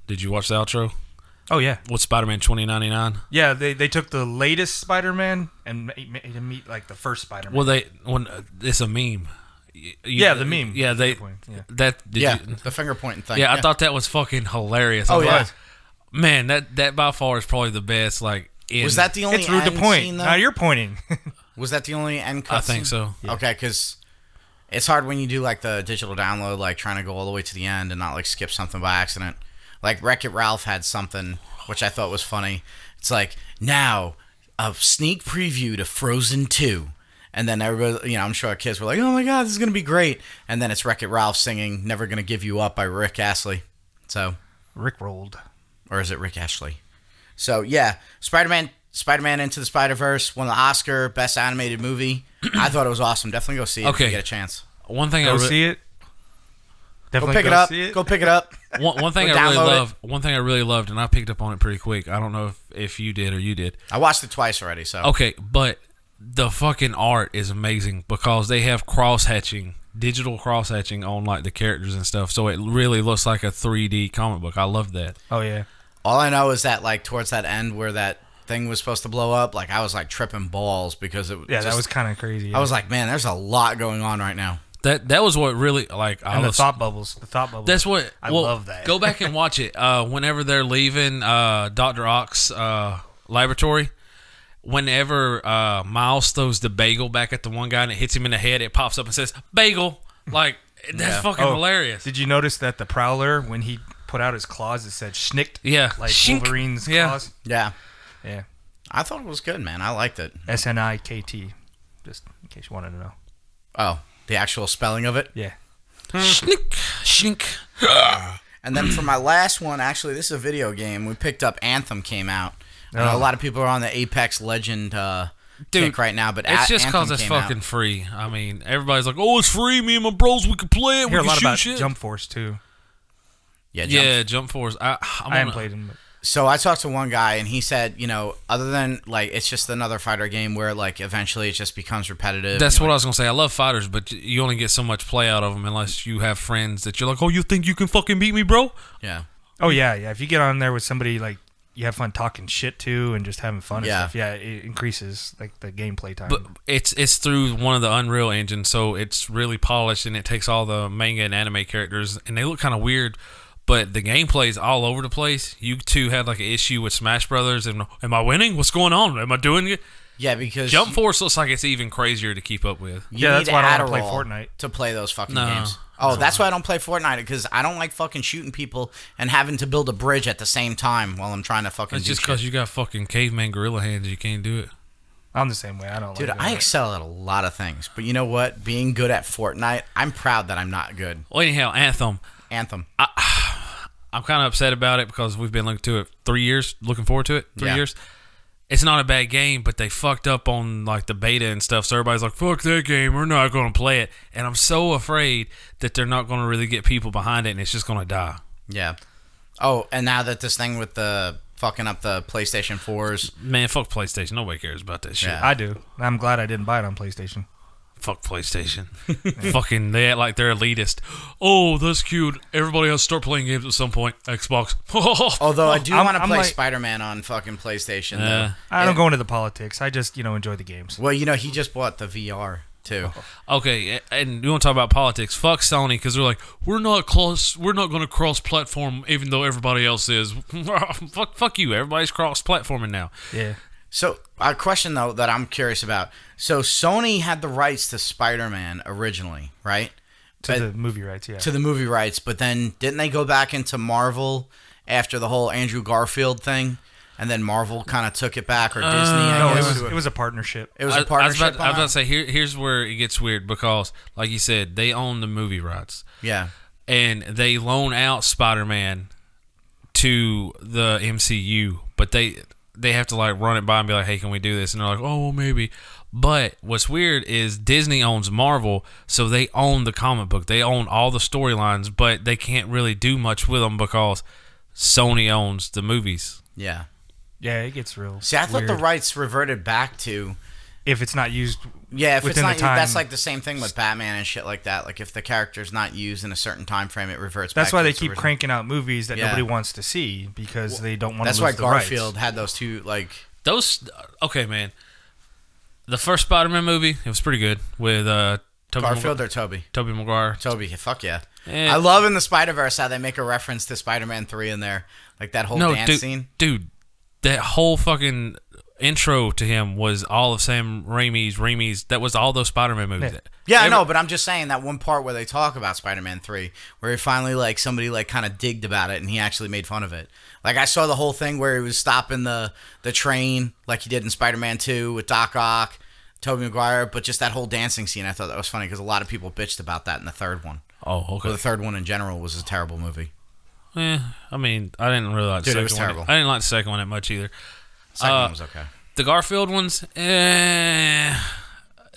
C: Did you watch the outro?
D: Oh yeah,
C: With Spider Man twenty ninety nine?
D: yeah. They, they took the latest Spider-Man and made, made him meet like the first Spider-Man.
C: Well, they when uh, it's a meme. Y- you-
D: Yeah, the meme.
C: Yeah, they
D: Good point, yeah.
C: that. Did
B: yeah,
C: You,
B: the finger pointing thing.
C: yeah, I thought that was fucking hilarious.
B: Oh
C: I'm
B: yeah,
C: like, man, that that by far is probably the best. Like, in,
B: was that the only
D: it's rude to
B: end
D: point.
B: scene, though?
D: Now you're pointing. (laughs)
B: Was that the only end cut?
C: I think so.
B: Okay, because it's hard when you do like the digital download, like trying to go all the way to the end and not like skip something by accident. Like Wreck It Ralph had something which I thought was funny. It's like now a sneak preview to Frozen Two. And then everybody, you know, I'm sure our kids were like, "Oh my god, this is gonna be great!" And then it's Wreck It Ralph singing "Never Gonna Give You Up" by Rick Astley. So,
D: Rick rolled.
B: or is it Rick Ashley? So yeah, Spider Man, Spider Man Into the Spider Verse won the Oscar Best Animated Movie. I thought it was awesome. Definitely go see it if
C: Okay.
B: you get a chance.
C: One thing
D: Go
C: I re-
D: see it.
B: Go
D: Definitely
B: pick it up.
D: see it.
B: Go pick it up.
C: one, one thing
B: Go
C: I really
B: download it.
C: loved. One thing I really loved, and I picked up on it pretty quick. I don't know if if you did or you did.
B: I watched it twice already, so
C: Okay, but the fucking art is amazing because they have cross hatching, digital cross hatching on like the characters and stuff. So it really looks like a 3D comic book. I love that.
D: Oh yeah.
B: all I know is that like towards that end where that thing was supposed to blow up, like I was like tripping balls because it.
D: Yeah, that
B: just-
D: was kind of crazy.
B: I was like, man, there's a lot going on right now.
C: That that was what really like I
D: and the
C: was.
D: thought bubbles. The thought bubbles.
C: that's what
D: I
C: well,
D: love that.
C: Go back and watch it. Uh, whenever they're leaving uh, Doctor Ock's uh, laboratory, whenever uh, Miles throws the bagel back at the one guy and it hits him in the head, it pops up and says "bagel." Like that's fucking
D: Oh,
C: hilarious.
D: Did you notice that the Prowler, when he put out his claws, it said "schnicked"?
C: Yeah.
D: like
C: Shink.
D: Wolverine's
C: Yeah.
D: claws.
B: Yeah,
D: Yeah.
B: I thought it was good, man. I liked it.
D: S N I K T. Just in case you wanted to know.
B: Oh, the actual spelling of it.
D: Yeah.
C: Schnink, schnink.
B: And then for
D: (clears throat)
B: my last one, actually, this is a video game we picked up. Anthem came out. I know a
D: Oh.
B: lot of people are on the Apex Legend uh,
C: Dude,
B: kick right now, but
C: It's
B: A-
C: just
B: Anthem
C: because it's
B: came out.
C: fucking free. I mean, everybody's like, "Oh, it's free. Me and my bros, we can play it.
D: I hear a
C: we can
D: lot
C: shoot
D: about
C: shit."
D: Jump Force too.
B: yeah. Jump
C: yeah, jump force. I, I'm
D: I haven't
C: on a-
D: played him. But
B: So I talked to one guy, and he said, you know, other than like it's just another fighter game where like eventually it just becomes repetitive.
C: That's
B: You know,
C: what I was gonna say. I love fighters, but you only get so much play out of them unless you have friends that you're like, "Oh, you think you can fucking beat me, bro?"
B: yeah.
D: oh yeah, yeah. If you get on there with somebody like you have fun talking shit to and just having fun
B: Yeah.
D: and stuff, yeah, it increases like the gameplay time.
C: But it's it's through one of the Unreal engines, so it's really polished and it takes all the manga and anime characters, and they look kind of weird. But the gameplay's all over the place. You two had like an issue with Smash Brothers, and am I winning? What's going on? Am I doing it?
B: Yeah, because
C: Jump Force looks like it's even crazier to keep up with.
B: You
D: Yeah, that's
B: need
D: why I don't wanna play
B: Adderall
D: Fortnite.
B: to play those fucking
C: No.
B: games. Oh, that's why I don't play Fortnite because I don't like fucking shooting people and having to build a bridge at the same time while I'm trying to fucking.
C: It's
B: do
C: just
B: shit.
C: because you got fucking caveman gorilla hands, you can't do it.
D: I'm the same way. I don't.
B: Dude,
D: like
B: I
D: that.
B: excel at a lot of things, but you know what? Being good at Fortnite, I'm proud that I'm not good.
C: Well, anyhow, Anthem.
B: Anthem.
C: I'm kind of upset about it because we've been looking to it three years, looking forward to it three
B: Yeah.
C: years. It's not a bad game, but they fucked up on like the beta and stuff. So everybody's like, "Fuck that game, we're not going to play it." And I'm so afraid that they're not going to really get people behind it, and it's just going to die.
B: yeah. Oh, and now that this thing with the fucking up the PlayStation 4s.
C: Man, fuck PlayStation. Nobody cares about that shit.
B: Yeah.
D: I do. I'm glad I didn't buy it on PlayStation.
C: Fuck PlayStation. (laughs) Fucking they act like they're elitist. Oh, that's cute. Everybody has to start playing games at some point. Xbox. (laughs)
B: Although I do
D: I'm-
B: want to
D: I'm
B: play
D: like-
B: Spider Man on fucking PlayStation,
C: Yeah.
B: though.
D: I don't
B: Yeah.
D: go into the politics. I just you know enjoy the games.
B: Well, you know, he just bought the VR, too.
C: Okay, a- and you want to talk about politics? Fuck Sony because they're like, we're not cross, we're not going to cross platform, even though everybody else is. (laughs) fuck, fuck you. Everybody's cross platforming now.
D: Yeah.
B: So, a question, though, that I'm curious about. So, Sony had the rights to Spider Man originally, right?
D: To
B: But-
D: the movie rights. Yeah.
B: to the movie rights, but then didn't they go back into Marvel after the whole Andrew Garfield thing? And then Marvel kind of took it back, or Disney,
D: Uh, no,
B: I
D: it
B: guess.
D: was it was a partnership.
B: It was
C: I,
B: a partnership.
C: I was about, I was
B: on
C: about
B: it?
C: to say here, here's where it gets weird because, like you said, they own the movie rights
B: yeah.
C: and they loan out Spider Man to the MCU, but they they have to like run it by and be like, hey, can we do this? And they're like, oh, well, maybe. But what's weird is Disney owns Marvel, so they own the comic book. They own all the storylines, but they can't really do much with them because Sony owns the movies.
B: Yeah.
D: Yeah, it gets real.
B: See, I thought the
D: weird.
B: rights reverted back to.
D: if it's not used.
B: Yeah, if
D: Within the
B: it's not that's
D: time-
B: like the same thing with Batman and shit like that. Like if the character's not used in a certain time frame, it reverts.
D: That's
B: back
D: why
B: to
D: they
B: its
D: keep
B: original-
D: cranking out movies that
B: Yeah.
D: nobody wants to see because they don't want.
B: That's
D: to
B: why
D: lose the rights.
B: Garfield had those two. Like
C: Those okay, man. The first Spider Man movie, it was pretty good with uh, Toby
B: Garfield or Toby.
C: Toby Maguire.
B: Toby, fuck yeah!
C: Eh.
B: I love in the Spider Verse how they make a reference to Spider Man three in there, like that whole dance
C: dude,
B: scene.
C: Dude, that whole fucking intro to him was all of Sam Raimi's, Raimi's. That was all those Spider-Man movies.
B: Yeah, I
C: Every-
B: know, but I'm just saying that one part where they talk about Spider-Man 3, where he finally like somebody like kind of digged about it and he actually made fun of it. Like I saw the whole thing where he was stopping the the train like he did in Spider-Man 2 with Doc Ock, Tobey Maguire, but just that whole dancing scene, I thought that was funny because a lot of people bitched about that in the third one.
C: Oh, okay.
B: But the third one in general was a terrible movie.
C: Eh, I mean, I didn't really like the
B: Dude, it
C: second
B: was terrible.
C: one. I didn't like the second one that much either.
B: Second
C: Uh,
B: one was okay.
C: The Garfield ones, eh,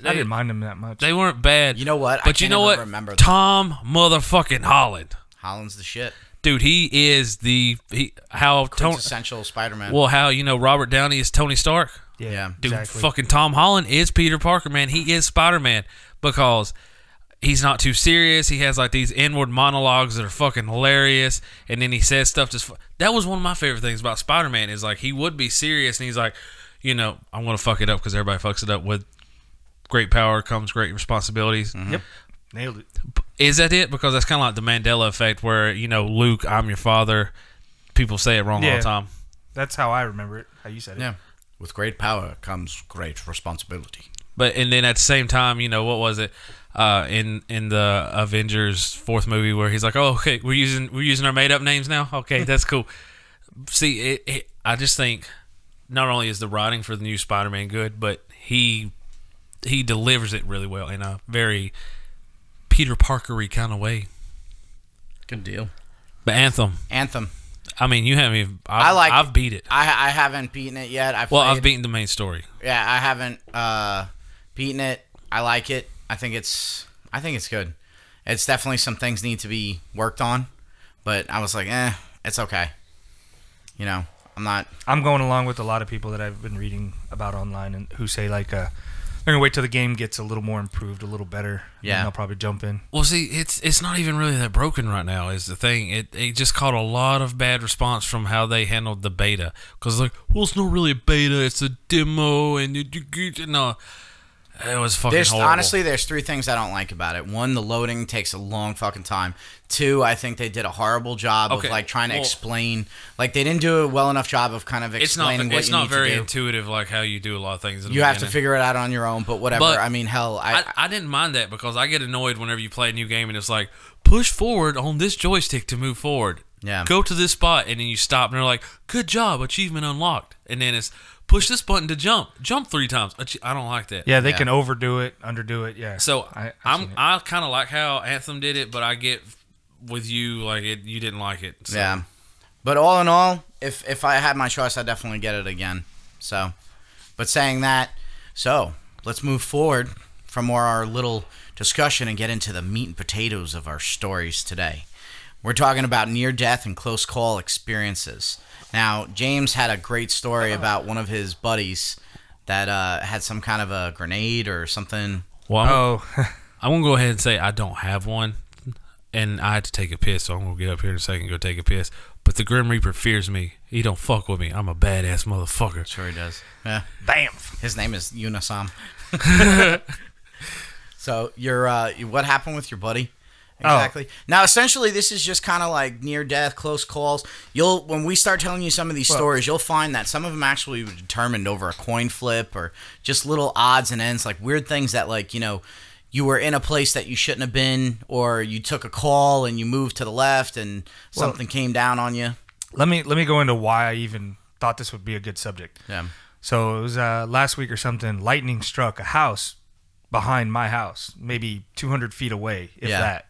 D: I didn't mind him that much.
C: they weren't bad.
B: You know what? I
C: But you
B: can't
C: know
B: even
C: what?
B: remember them.
C: Tom motherfucking Holland,
B: Holland's the shit.
C: dude. He is the he how Tony.
B: Quintessential Spider-Man.
C: Well, how you know Robert Downey is Tony Stark.
D: yeah,
B: yeah.
C: Dude,
D: exactly.
C: fucking Tom Holland is Peter Parker, man. He is Spider Man because he's not too serious. He has like these inward monologues that are fucking hilarious, and then he says stuff. Just fu- that was one of my favorite things about Spider Man is like he would be serious, and he's like, you know, I'm gonna fuck it up because everybody fucks it up. With great power comes great responsibilities.
D: Yep, nailed it.
C: Is that it? Because that's kind of like the Mandela effect, where you know, Luke, I'm your father. People say it wrong all
D: Yeah.
C: the time.
D: That's how I remember it. How you said it.
B: yeah. With great power comes great responsibility.
C: But and then at the same time, you know what was it? Uh, in in the Avengers fourth movie where he's like, "Oh, okay, we're using we're using our made up names now.
B: Mm-hmm.
C: Okay, that's cool." See, it, it, I just think not only is the writing for the new Spider Man good, but he he delivers it really well in a very Peter Parkery kind of way.
E: Good deal.
C: But Anthem,
B: Anthem.
C: I mean, you haven't. Even, I've,
B: I like.
C: I've beat it.
B: I I haven't beaten it yet. I've
C: Well,
B: played-
C: I've beaten the main story.
B: Yeah, I haven't uh, beaten it. I like it. I think it's. I think it's good. It's definitely some things need to be worked on, but I was like, eh, it's okay. You know, I'm not.
D: I'm going along with a lot of people that I've been reading about online and who say like uh, they're gonna wait till the game gets a little more improved, a little better. and
B: Yeah.
D: they'll probably jump in.
C: Well, see, it's it's not even really that broken right now. Is the thing? It it just caught a lot of bad response from how they handled the beta. Cause like, well, it's not really a beta. It's a demo, and you, you, you no, it was fucking
B: There's
C: horrible.
B: honestly, there's three things I don't like about it. One, the loading takes a long fucking time. Two, I think they did a horrible job
C: Okay,
B: of like trying to
C: well-
B: explain. Like they didn't do a well enough job of kind of
C: it's not
B: explaining what
C: it's
B: you
C: not
B: need
C: very
B: to do.
C: intuitive like how you do a lot of things. in the
B: you have to
C: beginning.
B: figure it out on your own. But whatever.
C: But
B: I mean, hell, I,
C: I, I didn't mind that because I get annoyed whenever you play a new game and it's like push forward on this joystick to move forward.
B: Yeah.
C: Go to this spot and then you stop and they're like, "Good job, achievement unlocked." And then it's push this button to jump, jump three times. Ach- I don't like that.
D: Yeah, they can overdo it, underdo it. Yeah.
C: So
D: I,
C: I,
D: I've
C: I'm
D: seen it.
C: I kind of like how Anthem did it, but I get with you like it. You didn't like it. So.
B: Yeah. But all in all, if if I had my choice, I'd definitely get it again. So, but saying that, so let's move forward from our- our little discussion and get into the meat and potatoes of our stories today. We're talking about near death and close call experiences. Now, James had a great story about one of his buddies that uh, had some kind of a grenade or something.
C: Well, I'm,
D: Oh, (laughs)
C: I'm gonna go ahead and say I don't have one, and I had to take a piss, so I'm gonna get up here in a second and go take a piss. But the Grim Reaper fears me. He don't fuck with me. I'm a badass motherfucker.
B: Sure, he does. Yeah.
D: bam.
B: His name is Unisam. (laughs) so your uh, what happened with your buddy? Exactly. Now, essentially, this is just kind of like near death, close calls. You'll when we start telling you some of these stories, you'll find that some of them actually were determined over a coin flip or just little odds and ends, like weird things that, like you know, you were in a place that you shouldn't have been, or you took a call and you moved to the left and something came down on you.
D: Let me let me go into why I even thought this would be a good subject.
B: Yeah.
D: So it was uh, last week or something. Lightning struck a house behind my house, maybe 200 feet away, if
B: Yeah.
D: that.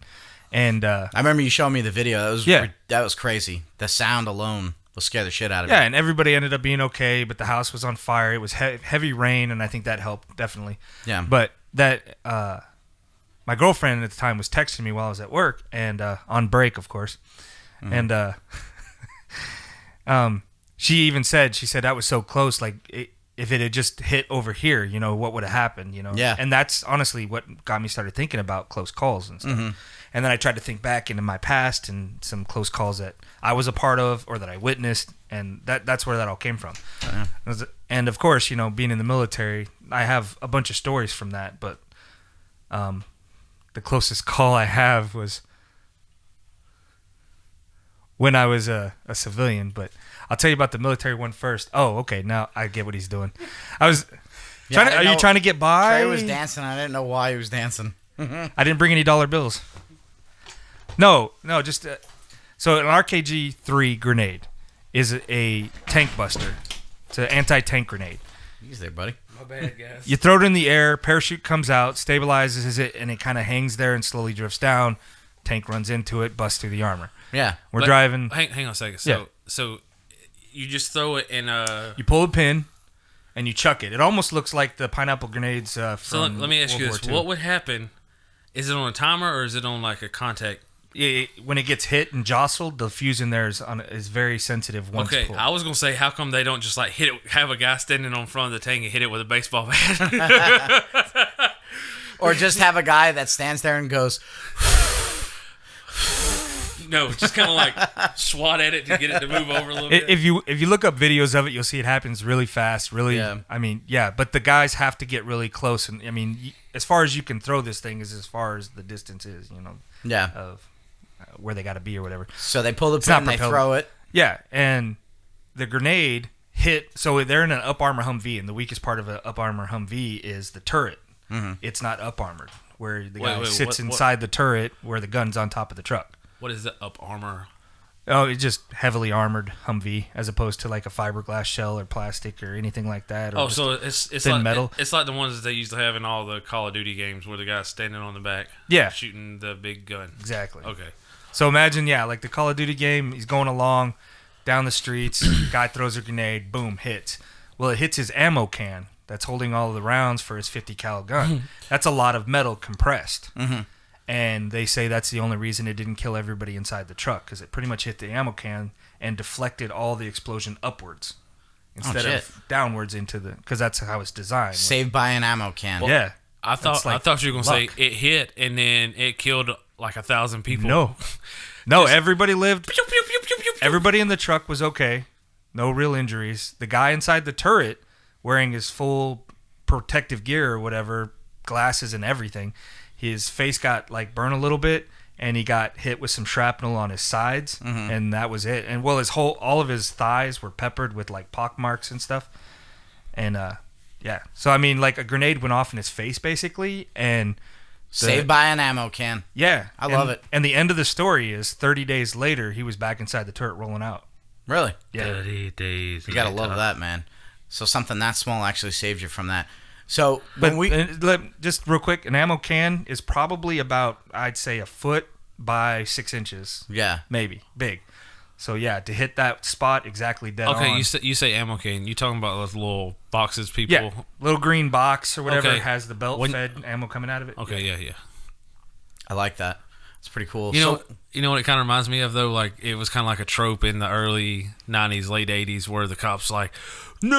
D: And uh,
B: I remember you showing me the video. That was
D: Yeah.
B: that was crazy. The sound alone will scare the shit out of
D: yeah,
B: you.
D: and everybody ended up being okay, but the house was on fire. It was he- heavy rain, and I think that helped definitely.
B: Yeah.
D: But that uh, my girlfriend at the time was texting me while I was at work and uh, on break, of course, and uh, (laughs) um, she even said she said that was so close, like. It, if it had just hit over here, you know what would have happened, you know.
B: Yeah.
D: And that's honestly what got me started thinking about close calls and stuff. And then I tried to think back into my past and some close calls that I was a part of or that I witnessed, and that that's where that all came from. It was- And of course, you know, being in the military, I have a bunch of stories from that, but um, the closest call I have was when I was a, a civilian. But I'll tell you about the military one first. Oh, okay, now I get what he's doing. I was.
B: Yeah,
D: trying
B: I
D: to, are you
B: know-
D: trying to get by?
B: Trey was dancing. I didn't know why he was dancing.
D: I didn't bring any dollar bills. No, no, just uh, so an RKG three grenade is a, a tank buster. It's an anti tank grenade.
B: He's there, buddy.
C: My bad guys.
D: You throw it in the air, parachute comes out, stabilizes it, and it kind of hangs there and slowly drifts down. Tank runs into it, busts through the armor.
B: Yeah.
D: We're driving.
C: Hang, hang on a second. So
D: Yeah.
C: so you just throw it in uh, a.
D: You pull a pin, and you chuck it. It almost looks like the pineapple grenades uh, from.
C: So let, let me ask
D: World
C: you
D: War
C: this:
D: II.
C: What would happen? Is it on a timer or is it on like a contact?
D: It- it- when it gets hit and jostled, the fuse in there is on is very sensitive. Once
C: Okay,
D: pulled.
C: I was gonna say, how come they don't just like hit it? Have a guy standing on front of the tank and hit it with a baseball bat? (laughs)
B: Or just have a guy that stands there and goes,
C: no, just kind of like swat at it to get it to move over a little
D: I-
C: bit.
D: if you if you look up videos of it, you'll see it happens really fast. Really,
B: Yeah.
D: I mean, yeah. But the guys have to get really close, and I mean, y- as far as you can throw this thing is as far as the distance is, you know,
B: "Yeah."
D: of uh, where they got to be or whatever.
B: So they pull the
D: not
B: pin, they
D: propellant.
B: throw it.
D: Yeah, and the grenade hit. So they're in an up armor Humvee, and the weakest part of an up armor Humvee is the turret. It's not up armored, where the guy
C: wait,
D: sits
C: what- what-
D: inside the turret where the gun's on top of the truck.
C: What is the up armor?
D: Oh, it's just heavily armored Humvee as opposed to like a fiberglass shell or plastic or anything like that. Or
C: Oh,
D: just-
C: so it's it's
D: thin
C: like
D: metal.
C: it's like the ones that they used to have in all the Call of Duty games where the guy's standing on the back,
D: Yeah.
C: shooting the big gun.
D: exactly.
C: Okay,
D: So imagine, yeah, like the Call of Duty game. He's going along down the streets. guy throws a grenade. Boom, hits. Well, it hits his ammo can that's holding all of the rounds for his 50 cal gun. that's a lot of metal compressed. And they say that's the only reason it didn't kill everybody inside the truck because it pretty much hit the ammo can and deflected all the explosion upwards instead
B: shit.
D: of downwards into the because that's how it's designed.
B: Saved by an ammo can.
D: yeah.
C: I thought
D: That's like
C: I thought you were gonna
D: luck.
C: say it hit and then it killed like a thousand people.
D: No. (laughs) No, everybody lived
C: Pew, pew, pew, pew, pew, pew.
D: Everybody in the truck was okay. No real injuries. The guy inside the turret wearing his full protective gear or whatever, glasses and everything, his face got like burned a little bit and he got hit with some shrapnel on his sides
B: Mm-hmm.
D: and that was it. And well his whole all of his thighs were peppered with like pock marks and stuff. And uh yeah. So I mean like a grenade went off in his face basically and
B: Saved by an ammo can.
D: yeah,
B: I
D: And-
B: love it.
D: And the end of the story is 30 days later he was back inside the turret rolling out.
B: Really?
D: Yeah.
E: days.
B: You gotta love that, man. So something that small actually saved you from that. So
D: But
B: when we
D: and let- just real quick, an ammo can is probably about I'd say a foot by six inches,
B: yeah,
D: maybe big. So yeah, to hit that spot exactly dead
C: Okay,
D: on.
C: you say, you say ammo can. You talking about those little boxes people?
D: yeah, little green box or whatever
C: Okay.
D: has the belt
C: When-
D: fed ammo coming out of it.
C: Okay, yeah, yeah.
B: I like that. It's pretty cool.
C: You
B: so,
C: know, you know what it kind of reminds me of though. Like it was kind of like a trope in the early '90s, late '80s, where the cops like,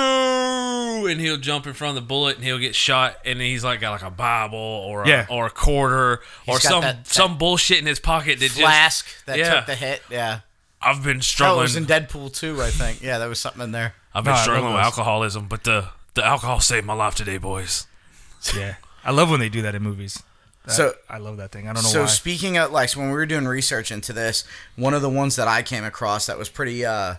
C: "No," and he'll jump in front of the bullet and he'll get shot, and he's like got like a Bible or a,
D: Yeah.
C: or a quarter or
B: got
C: some
B: that- that
C: some bullshit in his pocket that just
B: flask that
C: yeah.
B: took the hit. Yeah.
C: I've
B: Oh,
C: been
B: it
C: struggling.
B: was in Deadpool too, I think. Yeah, there was something in there.
C: I've been
D: No, I love
C: struggling with
D: those.
C: alcoholism, but the the alcohol saved my life today, boys.
D: Yeah, I love when they do that in movies. That-
B: So-
D: I love that thing. I don't know
B: So
D: why.
B: speaking of like, so when we were doing research into this, one of the ones that I came across that was pretty, uh,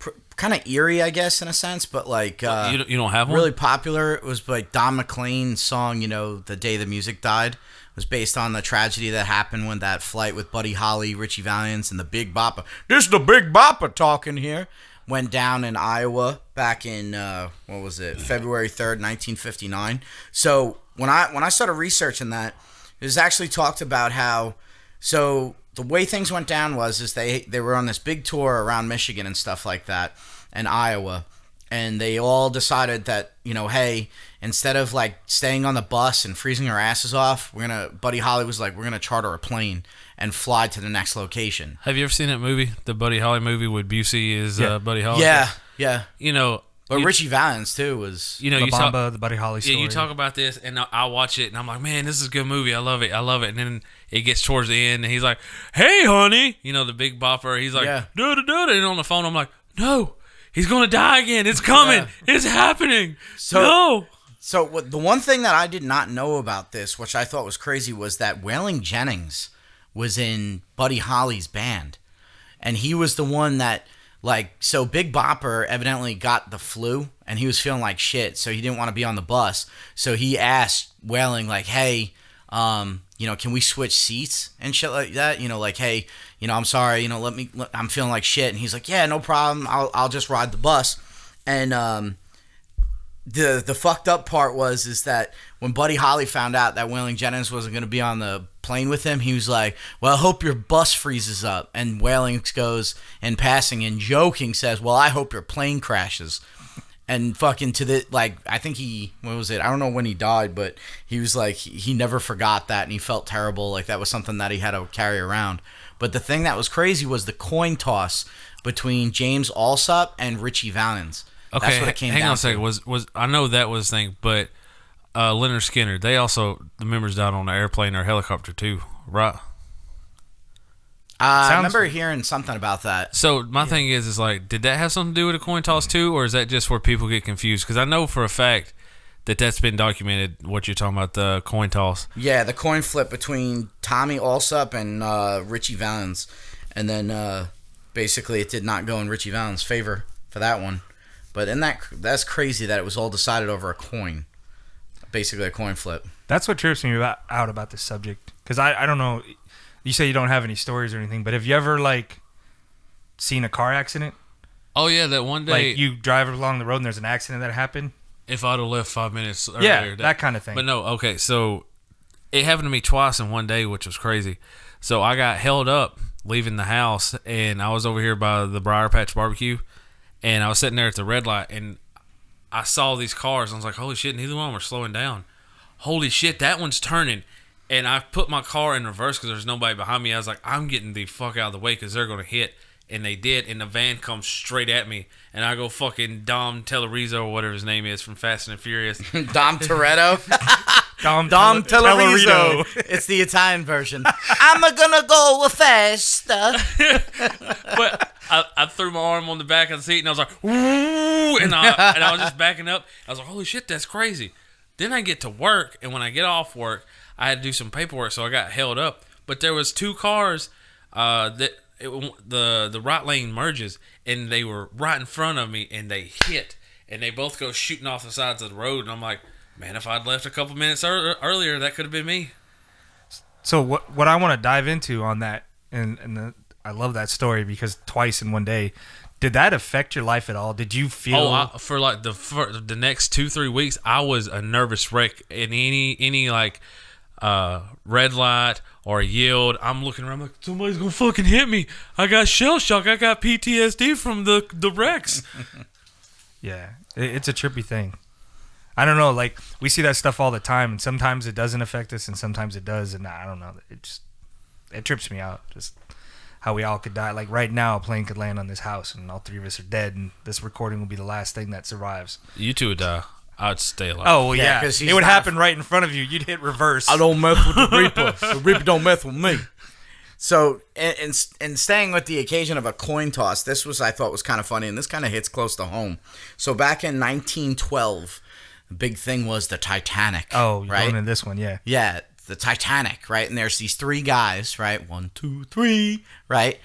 B: pr- kind of eerie, I guess, in a sense, but like, uh,
C: you, don't- you don't have one.
B: really popular. It was like Don McLean's song, you know, "The Day the Music Died," was based on the tragedy that happened when that flight with Buddy Holly, Richie Valens, and the Big Bopper. This is the Big Bopper talking here. Went down in Iowa back in uh, what was it, February third, nineteen fifty nine. So when I when I started researching that, it was actually talked about how so the way things went down was is they they were on this big tour around Michigan and stuff like that and Iowa and they all decided that you know hey instead of like staying on the bus and freezing our asses off we're gonna buddy holly was like we're gonna charter a plane and fly to the next location
C: have you ever seen that movie, the Buddy Holly movie with Busey is uh, Buddy Holly?
B: yeah yeah
C: You know,
B: but
C: you,
B: richie valens too was
C: you know,
D: La
C: you
D: Bamba,
C: talk,
D: the Buddy Holly
C: yeah,
D: story.
C: you talk about this, and I, I watch it, and I'm like, man, this is a good movie. I love it. I love it. And then it gets towards the end, and he's like, hey, honey, you know, the big bopper. He's like,
B: Yeah.
C: do do do, and on the phone, I'm like, no. He's gonna die again. It's coming. It's happening.
B: So-
C: no.
B: So what, the one thing that I did not know about this, which I thought was crazy, was that Waylon Jennings was in Buddy Holly's band, and he was the one that like so Big Bopper evidently got the flu, and he was feeling like shit, so he didn't want to be on the bus, so he asked Waylon like, "Hey, um, you know, can we switch seats and shit like that? You know, like, hey, you know, I'm sorry, you know, let me, let, I'm feeling like shit," and he's like, "Yeah, no problem, I'll I'll just ride the bus," and um the the fucked up part was is that when Buddy Holly found out that Waylon Jennings wasn't going to be on the plane with him, he was like, "Well, I hope your bus freezes up." And Waylon goes in passing and joking says, "Well, I hope your plane crashes." And fucking to the like, I think he what was it? I don't know when he died, but he was like he, he never forgot that, and he felt terrible. Like that was something that he had to carry around. But the thing that was crazy was the coin toss between James Alsop and Richie Valens.
C: Okay,
B: That's what it came
C: hang
B: down
C: on a
B: to.
C: second. Was was I know that was the thing, but uh, Leonard Skinner. They also the members died on an airplane or helicopter too, right?
B: Uh, I
D: Sounds-
B: remember hearing something about that.
C: So my thing is, is like, did that have something to do with a coin toss too, or is that just where people get confused? Because I know for a fact that that's been documented. What you're talking about, the coin toss.
B: Yeah, the coin flip between Tommy Alsop and uh, Richie Valens, and then uh, basically it did not go in Richie Valens' favor for that one. But in that that's crazy that it was all decided over a coin, basically a coin flip. (laughs)
D: That's what trips me about, out about this subject because I, I don't know. You say you don't have any stories or anything, but have you ever like seen a car accident?
C: Oh yeah, that one day
D: Like you drive along the road and there's an accident that happened.
C: if I'd have left five minutes earlier.
D: Yeah, that kinda thing.
C: But no, okay, so it happened to me twice in one day, which was crazy. So I got held up leaving the house, and I was over here by the Briar Patch Barbecue, and I was sitting there at the red light, and I saw these cars, and I was like, holy shit, neither one of them are slowing down. Holy shit, that one's turning. And I put my car in reverse because there's nobody behind me. I was like, I'm getting the fuck out of the way because they're going to hit. And they did. And the van comes straight at me. And I go fucking Dom Tellerizo or whatever his name is from Fast and the Furious.
B: Dom Toretto.
D: Dom,
B: Dom
D: Tele-
B: Tellerizo. It's the Italian version. (laughs) I'm gonna go faster.
C: but I, I threw my arm on the back of the seat and I was like, "Ooh," and I, and I was just backing up. I was like, holy shit, that's crazy. Then I get to work, and when I get off work, I had to do some paperwork, so I got held up. But there was two cars uh, that it, the the right lane merges, and they were right in front of me, and they hit, and they both go shooting off the sides of the road, and I'm like, man, if I'd left a couple minutes ear- earlier, that could have been me.
D: So what what I want to dive into on that, and and the, I love that story because twice in one day, did that affect your life at all? Did you feel?
C: Oh, I, for like the for the next two three weeks, I was a nervous wreck in any any like uh red light or yield. I'm looking around like somebody's gonna fucking hit me. I got shell shock. I got PTSD from the the wrecks.
D: yeah, it, it's a trippy thing. I don't know. Like we see that stuff all the time, and sometimes it doesn't affect us, and sometimes it does. And I don't know. It just it trips me out. Just how we all could die. Like right now, a plane could land on this house, and all three of us are dead, and this recording will be the last thing that survives.
C: you two would die. I'd stay alive.
D: Oh well,
B: Yeah,
D: yeah,
B: 'cause he's
D: it would
B: not a-
D: happen right in front of you. You'd hit reverse.
B: I don't mess with the Reaper. (laughs) The Reaper don't mess with me. So, and, and, and staying with the occasion of a coin toss, this was, I thought, was kind of funny, and this kind of hits close to home. So, back in 1912, the big thing was the Titanic.
D: Oh, you're
B: right?
D: going in this one, yeah.
B: Yeah, the Titanic, right? And there's these three guys, right? One, two, three, right?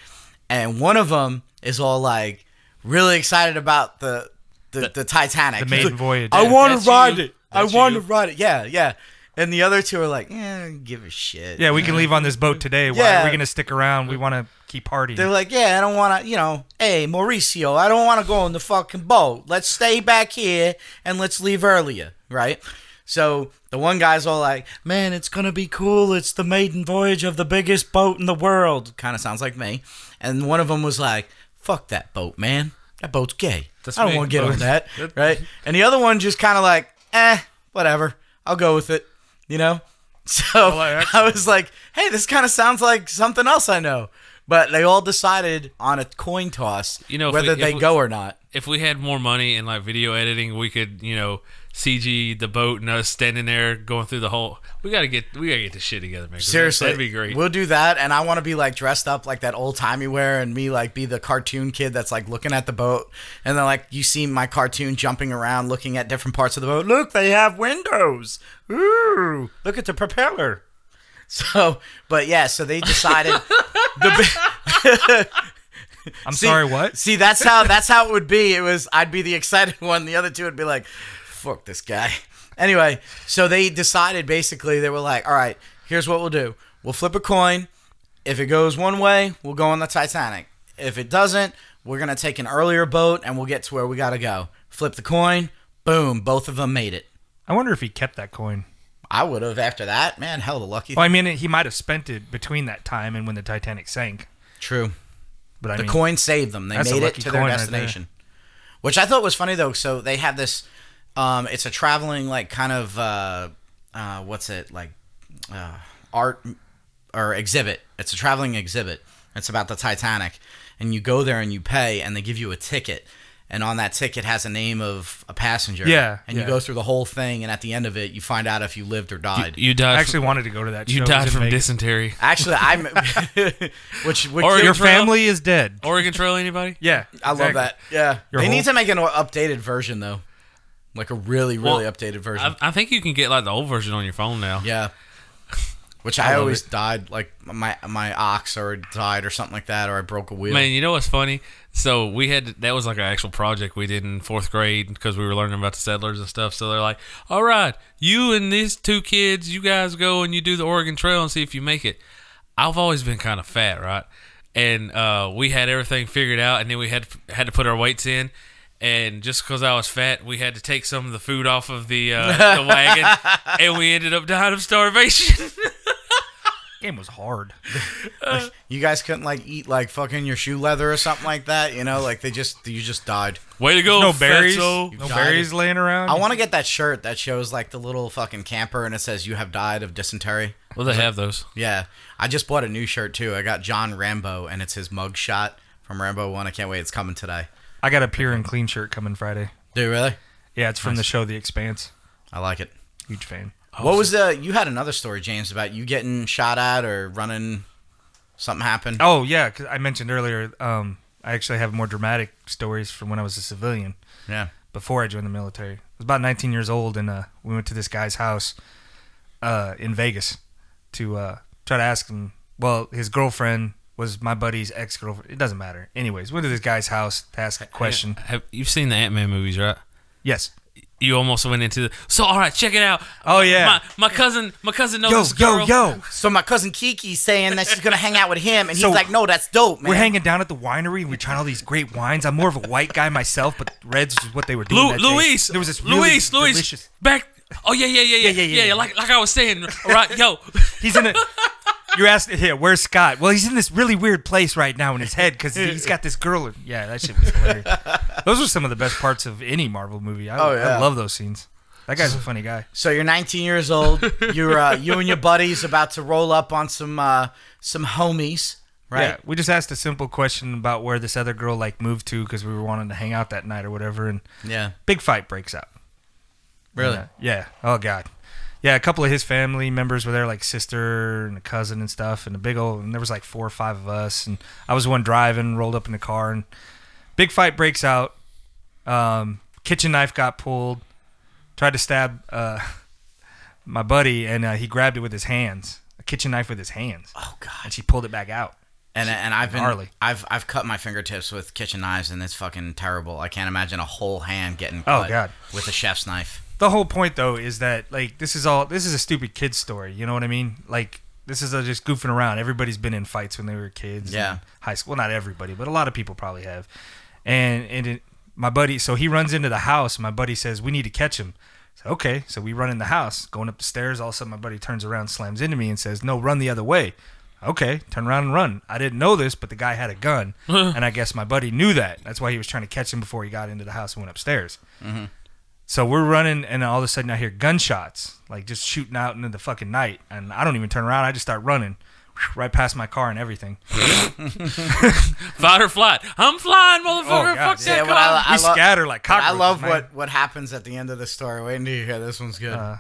B: And one of them is all like really excited about the the, the, Titanic, the
D: maiden voyage.
B: I
D: Yeah,
B: want
C: that's
B: to ride
C: you.
B: it. I
C: That's
B: want to
C: you.
B: ride it. Yeah, yeah. And the other two are like, eh, give a shit.
D: Yeah, we can leave on this boat today. Why
B: Yeah.
D: are we going to stick around? We want to keep partying.
B: They're like, yeah, I don't want to, you know, hey, Mauricio, I don't want to go on the fucking boat. Let's stay back here and let's leave earlier, right? So the one guy's all like, man, it's going to be cool. It's the maiden voyage of the biggest boat in the world. Kind of sounds like me. And one of them was like, fuck that boat, man. That boat's gay.
C: That's
B: I don't
C: me.
B: want to get on
C: (laughs)
B: that, right? And the other one just kind of like, eh, whatever. I'll go with it, you know? (laughs) So
D: that's-
B: I was like, hey, this kind of sounds like something else I know. But they all decided on a coin toss,
C: You know, if
B: whether
C: we- if
B: they
C: we-
B: go or not.
C: if we had more money in like video editing, we could you know CG the boat and us standing there going through the whole. We gotta get we gotta get this shit together, man. 'cause that-
B: Seriously,
C: that'd be great.
B: We'll do that, and I want to be like dressed up like that old timey wear, and me like be the cartoon kid that's like looking at the boat, and then like you see my cartoon jumping around, looking at different parts of the boat. Look, they have windows. Ooh, look at the propeller. (laughs) So, but yeah, so they
C: (laughs)
B: decided the. bi-
D: I'm sorry, what?
B: See, that's how that's how it would be. It was I'd be the excited (laughs) one. The other two would be like, "Fuck this guy." Anyway, so they decided basically they were like, "All right, here's what we'll do. We'll flip a coin. If it goes one way, we'll go on the Titanic. If it doesn't, we're gonna take an earlier boat and we'll get to where we gotta go. Flip the coin. Boom. Both of them made it.
D: I wonder if he kept that coin.
B: I would have after that. Man, hell, the lucky.
D: Well, I mean, he might have spent it between that time and when the Titanic sank.
B: True.
D: But I
B: The
D: mean,
B: coin saved them. They
D: that's a
B: made it
D: lucky
B: to their
D: coin right there.
B: destination. Which I thought was funny though. So they have this. Um, it's a traveling like kind of uh, uh, what's it like uh, art or exhibit. It's a traveling exhibit. It's about the Titanic, and you go there and you pay, and they give you a ticket, and on that ticket has a name of a passenger.
D: Yeah,
B: and you
D: yeah.
B: go through the whole thing, and at the end of it, you find out if you lived or died.
C: you
D: I
C: died.
D: actually
C: Actually,
D: wanted to go to that. show.
C: you
D: It was
C: died
D: in
C: from
D: Vegas.
C: dysentery.
B: Actually, I'm
D: (laughs)
B: (laughs) which would
D: Your
B: kill
C: Or Oregon Trail?
D: family is dead.
C: Oregon Trail, anybody?
D: Yeah,
B: I love that. Yeah,
D: Your
B: they
D: whole-
B: need to make an updated version though, like a really, really updated version.
C: I, I think you can get like the old version on your phone now.
B: yeah, which I,
C: love
B: always died. Like my my ox or died or something like that, or I broke a wheel.
C: Man, you know what's funny? So we had that was like an actual project we did in fourth grade because we were learning about the settlers and stuff. So they're like, "All right, you and these two kids, you guys go and you do the Oregon Trail and see if you make it." I've always been kind of fat, right? and uh, we had everything figured out, and then we had had to put our weights in. And just because I was fat, we had to take some of the food off of the uh, the
D: (laughs)
C: wagon, and we ended up dying of starvation. (laughs)
D: Game was hard.
B: You guys couldn't like eat like fucking your shoe leather or something like that, you know? Like they just you just died.
C: Way to go,
D: No berries.
C: Fatso.
D: No
B: died.
D: berries laying around.
B: I want to get that shirt that shows like the little fucking camper and it says you have died of dysentery.
C: Well, they have those.
B: Yeah, I just bought a new shirt too. I got John Rambo and it's his mug shot from Rambo One. I can't wait. It's coming today.
D: I got a pure and clean shirt coming Friday.
B: Do you really?
D: Yeah, it's from the show The Expanse.
B: I like it.
D: Huge fan.
B: what was the? You had another story, James, about you getting shot at or running. Something happened.
D: Oh yeah, 'cause I mentioned earlier. Um, I actually have more dramatic stories from when I was a civilian.
B: Yeah.
D: before I joined the military. I was about 19 years old, and uh, we went to this guy's house uh, in Vegas to uh, try to ask him. Well, his girlfriend was my buddy's ex girlfriend. It doesn't matter. Anyways, went to this guy's house to ask a question.
C: Have, you've seen the Ant Man movies, right?
D: Yes.
C: You almost went into the. So all right, check it out.
D: Oh, yeah.
C: my, my cousin, my cousin knows
D: Yo,
C: Oh, this girl.
D: yo, yo.
B: So my cousin Kiki's saying that she's gonna hang out with him, and he's
D: So-
B: like, "No, that's dope, man."
D: We're hanging down at the winery and we're trying all these great wines. I'm more of a white guy myself, but reds is what they were doing.
C: Lu-
D: that day.
C: Luis,
D: There was this really
C: Luis, Luis,
D: delicious.
C: back. Oh yeah, yeah, yeah, yeah,
D: yeah,
C: yeah,
D: yeah, yeah.
C: Like, like I was saying, right? Yo, (laughs)
D: He's in a. You're asking, here, where's Scott? Well, he's in this really weird place right now in his head because he's got this girl. Yeah, that shit was hilarious. Those are some of the best parts of any Marvel movie. I,
B: Oh, yeah.
D: I love those scenes. That guy's a funny guy.
B: So you're 19 years (laughs) old. You're uh, you and your buddies about to roll up on some uh, some homies, right?
D: Yeah, we just asked a simple question about where this other girl like moved to because we were wanting to hang out that night or whatever, and
B: Yeah.
D: big fight breaks out.
B: Really?
D: Yeah. Yeah. Oh God. Yeah, a couple of his family members were there, like sister and a cousin and stuff, and a big old. And there was like four or five of us, and I was the one driving, rolled up in the car, and big fight breaks out. Um, kitchen knife got pulled. Tried to stab uh, (laughs) my buddy, and uh, he grabbed it with his hands. A kitchen knife with his hands,
B: Oh god.
D: and she pulled it back out.
B: And and I've been
D: Gnarly.
B: I've I've cut my fingertips with kitchen knives and it's fucking terrible. I can't imagine a whole hand getting
D: Oh,
B: cut
D: God.
B: with a chef's knife.
D: the whole point though is that like this is all this is a stupid kid story you know what i mean like this is uh just goofing around everybody's been in fights when they were kids
B: Yeah.
D: in high school well, not everybody but a lot of people probably have and and it, my buddy so he runs into the house and my buddy says we need to catch him so, okay so we run in the house going up the stairs all of a sudden my buddy turns around slams into me and says no run the other way okay turn around and run i didn't know this but the guy had a gun and i guess my buddy knew that that's why he was trying to catch him before he got into the house and went upstairs so we're running, and all of a sudden I hear gunshots, like just shooting out into the fucking night. And I don't even turn around. I just start running right past my car and everything.
C: fight or flight. I'm flying, motherfucker.
D: Oh, God.
C: Fuck
B: Yeah,
C: that
B: what
C: car.
B: I-
D: We
B: lo-
D: scatter like
B: But I
D: cockroaches.
B: love
D: man.
B: what what happens at the end of the story. Wait until you hear this one's good.
D: Uh.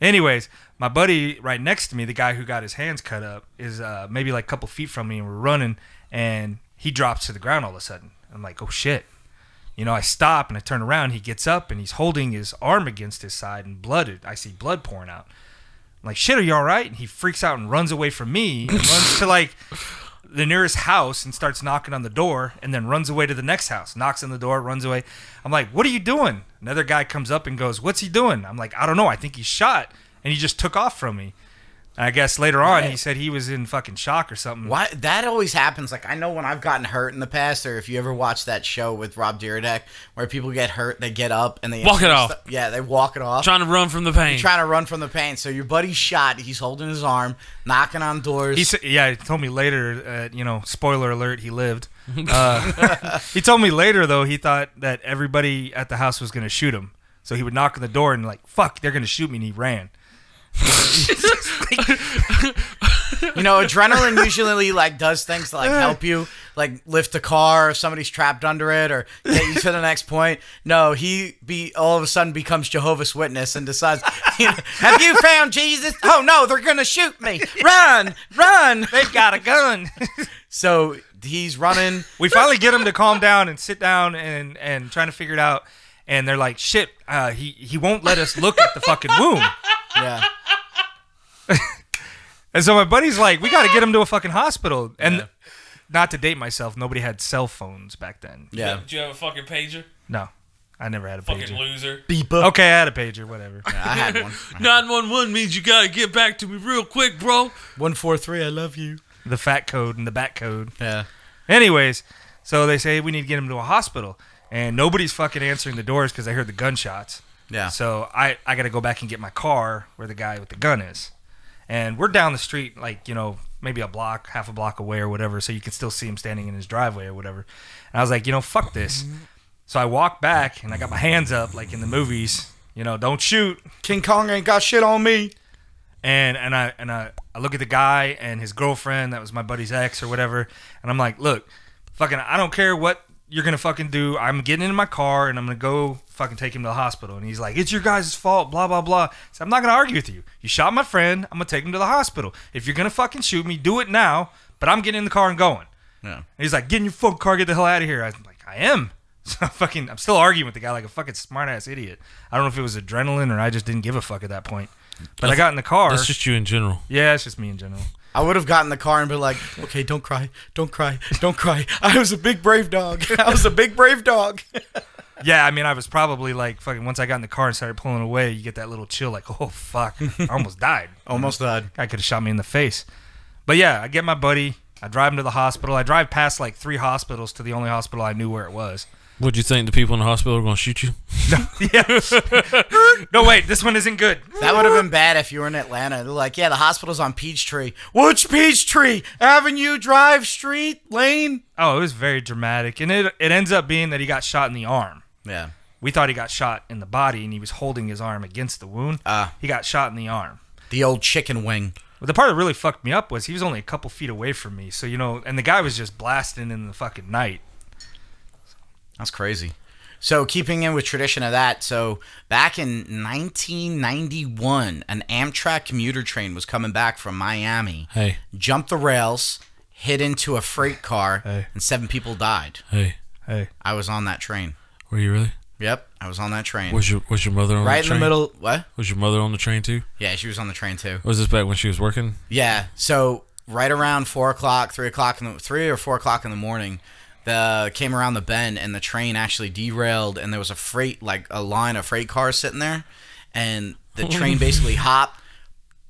D: Anyways, my buddy right next to me, the guy who got his hands cut up, is uh, maybe like a couple feet from me, and we're running, and he drops to the ground all of a sudden. I'm like, oh shit. You know, I stop and I turn around. He gets up and he's holding his arm against his side and blooded. I see blood pouring out. I'm like, shit, are you all right? And he freaks out and runs away from me and runs to like the nearest house and starts knocking on the door and then runs away to the next house, knocks on the door, runs away. I'm like, what are you doing? Another guy comes up and goes, what's he doing? I'm like, I don't know. I think he's shot. And he just took off from me. And I guess later on, he said he was in fucking shock or something.
B: Why that always happens? Like I know when I've gotten hurt in the past, or if you ever watch that show with Rob Dyrdek, where people get hurt, they get up and they
C: Walk it off.
B: Yeah, they walk it off.
C: Trying to run from the pain.
B: trying to run from the pain. So your buddy's shot. He's holding his arm, knocking on doors.
D: He said, yeah, he told me later, uh, you know, spoiler alert, he lived. Uh, he told me later, though, he thought that everybody at the house was going to shoot him. So he would knock on the door and, like, fuck, they're going to shoot me. And he ran.
B: you know, adrenaline usually like does things to like help you, like lift a car if somebody's trapped under it or get you to the next point. No, he be all of a sudden becomes Jehovah's Witness and decides, (laughs) you know, "Have you found Jesus? Oh no, they're gonna shoot me! Run, run!"
D: They've got a gun.
B: So he's running.
D: (laughs) we finally get him to calm down and sit down and, and trying to figure it out. And they're like, shit, uh, he, he won't let us look at the fucking womb.
B: Yeah,
D: And so my buddy's like, we got to get him to a fucking hospital. And not to date myself, nobody had cell phones back then.
B: yeah.
C: Did you have a fucking pager?
D: No, I never had a
C: Fucking
D: pager. (laughs)
C: loser.
B: Beeper.
D: Okay, I had a pager, whatever.
B: I
C: (laughs)
B: had one.
C: Nine one one means you gotta get back to me real quick, bro.
B: One four three. I love you.
D: the fat code and the bat code.
B: Yeah.
D: Anyways, so they say we need to get him to a hospital, and nobody's fucking answering the doors because they heard the gunshots.
B: Yeah.
D: So I I got to go back and get my car where the guy with the gun is, and we're down the street like you know maybe a block, half a block away or whatever, so you can still see him standing in his driveway or whatever. And I was like, you know, fuck this. So I walked back and I got my hands up like in the movies, you know, don't shoot
B: King Kong ain't got shit on me.
D: and and I and I, I look at the guy and his girlfriend that was my buddy's ex or whatever, and I'm like, look, fucking, I don't care what you're gonna fucking do. I'm getting in my car and I'm gonna go fucking take him to the hospital. And he's like, it's your guys' fault, blah blah blah. So I'm not gonna argue with you. You shot my friend. I'm gonna take him to the hospital. If you're gonna fucking shoot me, do it now. But I'm getting in the car and going.
B: Yeah.
D: And he's like, get in your fucking car, get the hell out of here. I'm like, I am. (laughs) So I'm fucking, I'm still arguing with the guy like a fucking smart ass idiot. I don't know if it was adrenaline or I just didn't give a fuck at that point. But I got in the car.
C: That's just you in general.
D: Yeah, it's just me in general.
B: I would have gotten in the car and been like, okay, don't cry, don't cry, don't cry. I was a big brave dog. (laughs) I was a big brave dog.
D: Yeah, I mean, I was probably like fucking. Once I got in the car and started pulling away, you get that little chill, like, (laughs) oh fuck, I almost died.
B: Almost
C: Uh-huh.
B: died.
D: Guy could have shot me in the face. But yeah, I get my buddy. I drive him to the hospital. I drive past like three hospitals to the only hospital I knew where it was.
C: Would you think the people in the hospital are going to shoot you?
D: yeah. (laughs) no, wait, this one isn't good.
B: That would have been bad if you were in Atlanta. They're like, yeah, the hospital's on Peachtree. Which Peachtree? Avenue, Drive, Street, Lane?
D: Oh, it was very dramatic, and it it ends up being that he got shot in the arm.
B: Yeah.
D: We thought he got shot in the body, and he was holding his arm against the wound.
B: Ah.
D: he got shot in the arm.
B: The old chicken wing.
D: But the part that really fucked me up was he was only a couple feet away from me. So, you know, and the guy was just blasting in the fucking night.
B: That's crazy. So, keeping in with tradition of that, so back in 1991, an Amtrak commuter train was coming back from Miami,
C: Hey,
B: jumped the rails, hit into a freight car,
D: Hey.
B: and seven people died.
C: hey,
D: Hey.
B: I was on that train.
C: were you really?
B: Yep, I was on that train.
C: Was your Was your mother on
B: right
C: the
B: in
C: train?
B: the middle. What?
C: Was your mother on the train too?
B: Yeah, she was on the train too.
C: Was this back when she was working?
B: Yeah. So right around four o'clock, three o'clock in the three or four o'clock in the morning, the came around the bend and the train actually derailed and there was a freight like a line of freight cars sitting there, and the train basically hopped.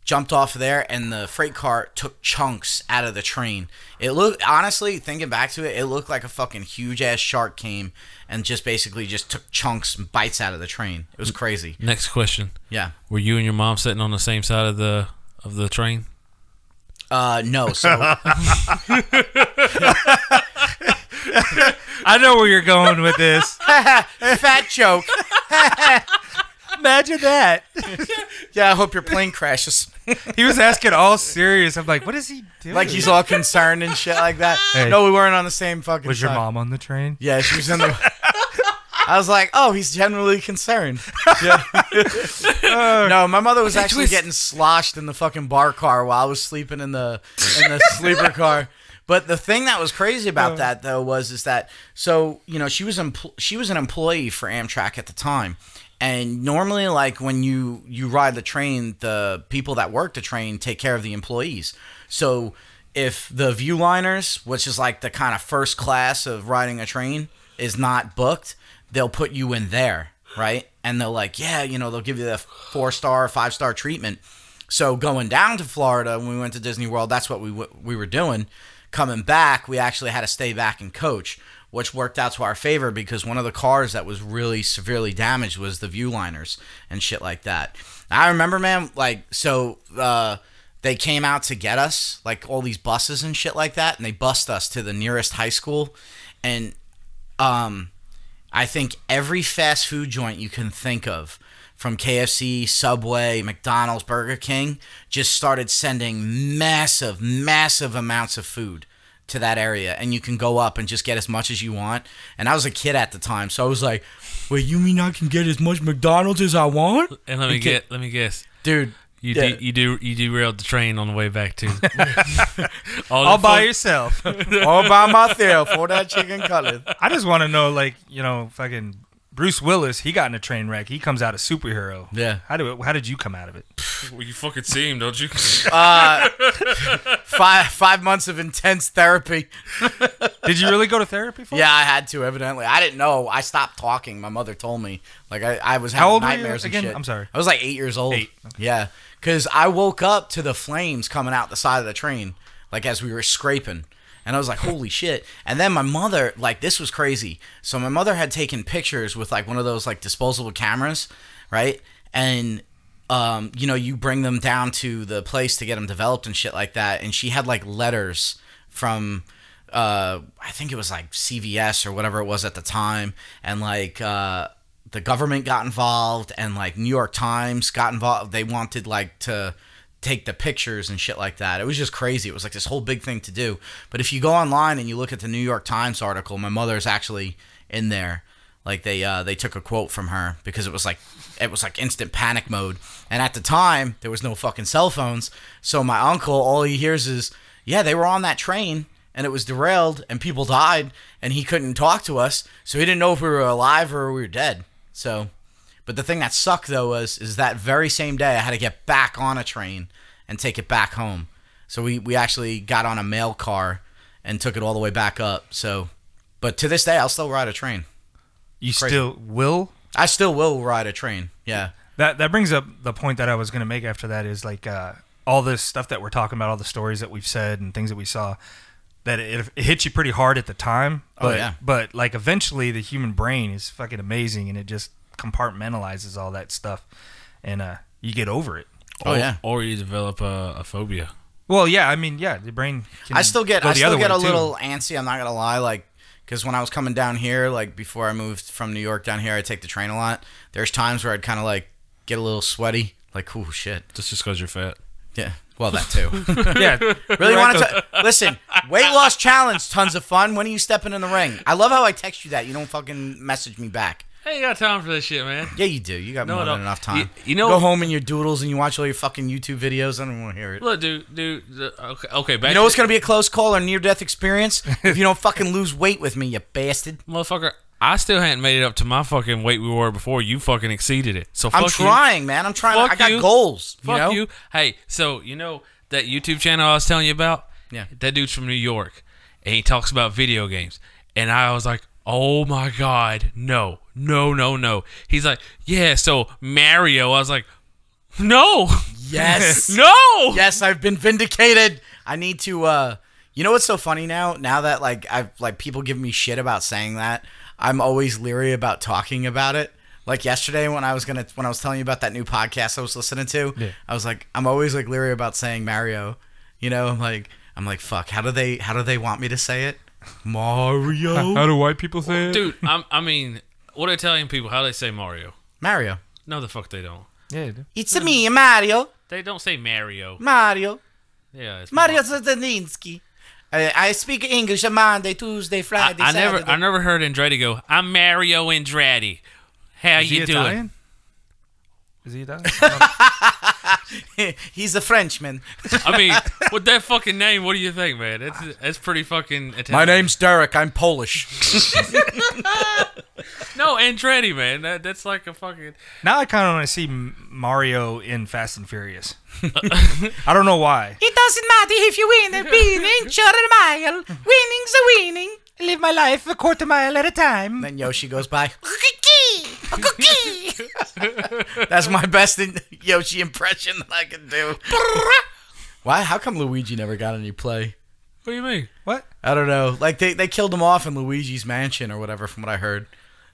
B: Jumped off there, and the freight car took chunks out of the train. It looked honestly, thinking back to it, it looked like a fucking huge ass shark came and just basically just took chunks and bites out of the train. It was crazy.
C: Next question:
B: Yeah.
C: Were you and your mom sitting on the same side of the of the train?
B: Uh, no. So
D: I know where you're going with this.
B: fat joke.
D: (laughs) Imagine that.
B: (laughs) Yeah, I hope your plane crashes.
D: He was asking all serious. I'm like, what is he doing?
B: like he's all concerned and shit like that.
D: Hey.
B: No, we weren't on the same fucking.
D: was your
B: side.
D: mom on the train?
B: Yeah, she was in the. (laughs) I was like, oh, he's generally concerned. Yeah. no, my mother was actually getting sloshed in the fucking bar car while I was sleeping in the in the sleeper car. But the thing that was crazy about that though was is that so you know she was empl- she was an employee for Amtrak at the time. And normally, like when you you ride the train, the people that work the train take care of the employees. So if the view liners, which is like the kind of first class of riding a train, is not booked, they'll put you in there, right? And they'll like, yeah, you know, they'll give you the four star, five star treatment. So going down to Florida when we went to Disney World, that's what we w- we were doing. Coming back, we actually had to stay back and coach, which worked out to our favor because one of the cars that was really severely damaged was the Viewliners and shit like that. I remember, man, like so. Uh, they came out to get us, like all these buses and shit like that, and they bust us to the nearest high school. And um, I think every fast food joint you can think of, from KFC, Subway, McDonald's, Burger King, just started sending massive, massive amounts of food to that area. And you can go up and just get as much as you want. And I was a kid at the time, so I was like, wait, you mean I can get as much McDonald's as I want?
C: And let me get let me guess.
B: Dude.
C: You
B: Yeah.
C: de- you do you derailed the train on the way back too. (laughs) all
D: All
C: the
D: by
C: fun-
D: yourself. (laughs)
B: All by myself for that chicken cutlet.
D: I just want to know, like, you know, fucking Bruce Willis, he got in a train wreck. He comes out a superhero.
B: Yeah.
D: How, do, how did you come out of it?
C: Well, you fucking see him, don't you? (laughs)
B: Five five months of intense therapy.
D: Did you really go to therapy for it?
B: Yeah, I had to. Evidently, I didn't know. I stopped talking. My mother told me. Like I, I was having
D: old were you
B: nightmares and
D: again?
B: shit.
D: I'm sorry.
B: I was like eight years old.
D: Eight.
B: Yeah, because I woke up to the flames coming out the side of the train. like as we were scraping. And I was
D: (laughs)
B: like, holy shit. And then my mother, like, this was crazy. So my mother had taken pictures with like one of those like disposable cameras, right? And um, you know, you bring them down to the place to get them developed and shit like that. And she had like letters from, uh, I think it was like CVS or whatever it was at the time, and like uh, the government got involved, and like New York Times got involved. They wanted like to take the pictures and shit like that. It was just crazy. It was like this whole big thing to do. But if you go online and you look at the New York Times article, my mother's actually in there like they uh, they took a quote from her because it was like it was like instant panic mode and at the time there was no fucking cell phones so my uncle all he hears is yeah they were on that train and it was derailed and people died and he couldn't talk to us so he didn't know if we were alive or we were dead so but the thing that sucked though was is that very same day i had to get back on a train and take it back home so we we actually got on a mail car and took it all the way back up so but to this day i'll still ride a train
D: You
B: Crazy.
D: still will
B: I still will ride a train. Yeah.
D: That that brings up the point that I was going to make after that is like uh, all this stuff that we're talking about, all the stories that we've said and things that we saw, that it, it hits you pretty hard at the time.
B: Oh,
D: But,
B: yeah.
D: But like eventually, the human brain is fucking amazing, and it just compartmentalizes all that stuff, and uh, you get over it.
B: Oh, yeah.
C: Or you develop a, a phobia.
D: Well, yeah, I mean, yeah, the brain. Can
B: I still get
D: go
B: I
D: the
B: still
D: other
B: get
D: way,
B: a
D: too.
B: little antsy. I'm not gonna lie, like because when I was coming down here, like before I moved from New York down here, I take the train a lot. There's times where I'd kind of like get a little sweaty, like oh shit.
C: That's just because you're fat.
B: Yeah. Well, that
D: (laughs)
B: too.
D: (laughs) Yeah,
B: (laughs) really want to listen. Weight loss challenge, tons of fun. When are you stepping in the ring? I love how I text you that. You don't fucking message me back.
C: I ain't got time for this shit, man.
B: Yeah, you do. You got
C: No,
B: more
C: no.
B: than enough
C: You-
B: time.
C: you know-
B: go home in your doodles and you watch all your fucking YouTube videos. I don't want to hear it.
C: Look, dude, dude. the- Okay, okay back
B: You know
C: to-
B: it's gonna be a close call or near death
C: (laughs)
B: experience if you don't fucking lose weight with me, you bastard.
C: motherfucker. I still hadn't made it up to my fucking weight we were before. You fucking exceeded it. So fuck
B: I'm
C: you.
B: trying, man. I'm trying.
C: Fuck
B: I got
C: you.
B: goals.
C: Fuck
B: you, know?
C: you. Hey, so you know that YouTube channel I was telling you about?
B: Yeah.
C: That dude's from New York, and he talks about video games. And I was like, oh my god, no, no, no, no. He's like, yeah. So Mario, I was like, no,
B: (laughs) Yes.
C: (laughs) no.
B: Yes, I've been vindicated. I need to. uh You know what's so funny now? Now that like I've like people give me shit about saying that, I'm always leery about talking about it. Like yesterday when I was gonna when I was telling you about that new podcast I was listening to, I was like, I'm always like leery about saying Mario. You know, I'm like, I'm like, fuck. How do they? How do they want me to say it?
C: (laughs)
B: Mario.
D: do white people say
C: Dude, I'm, I mean, what Italian people? How do they say Mario?
B: Mario.
C: No, the fuck they don't.
D: Yeah,
B: It's a me, Mario.
C: They don't say Mario.
B: Mario.
C: Yeah, it's
B: Mario Zadaninsky. I, I speak English on Monday, Tuesday,
C: I,
B: Friday,
C: I never,
B: Saturday.
C: I never heard Andretti go. I'm Mario Andretti. How
D: Is
C: you
D: he
C: doing?
D: (laughs) Italian? Is he (laughs) Italian?
B: (laughs) He's a Frenchman.
C: I mean, with that fucking name, what do you think, man? That's that's pretty fucking Italian.
B: Derek. I'm Polish.
C: no Andretti, man. That, that's like a fucking.
D: Now I kind of want to see M- Mario in Fast and Furious.
B: (laughs)
D: (laughs) I don't know why.
B: It doesn't matter if you win a beating, (laughs) short a mile. Winning's a winning.
D: I live my life a quarter mile at a time.
B: Then Yoshi goes by. (laughs) That's my best in- Yoshi impression that I can do. Why? How come Luigi never got any play?
C: What do you mean?
D: What?
B: I don't know. Like they, they killed him off in Luigi's mansion or whatever, from what I heard.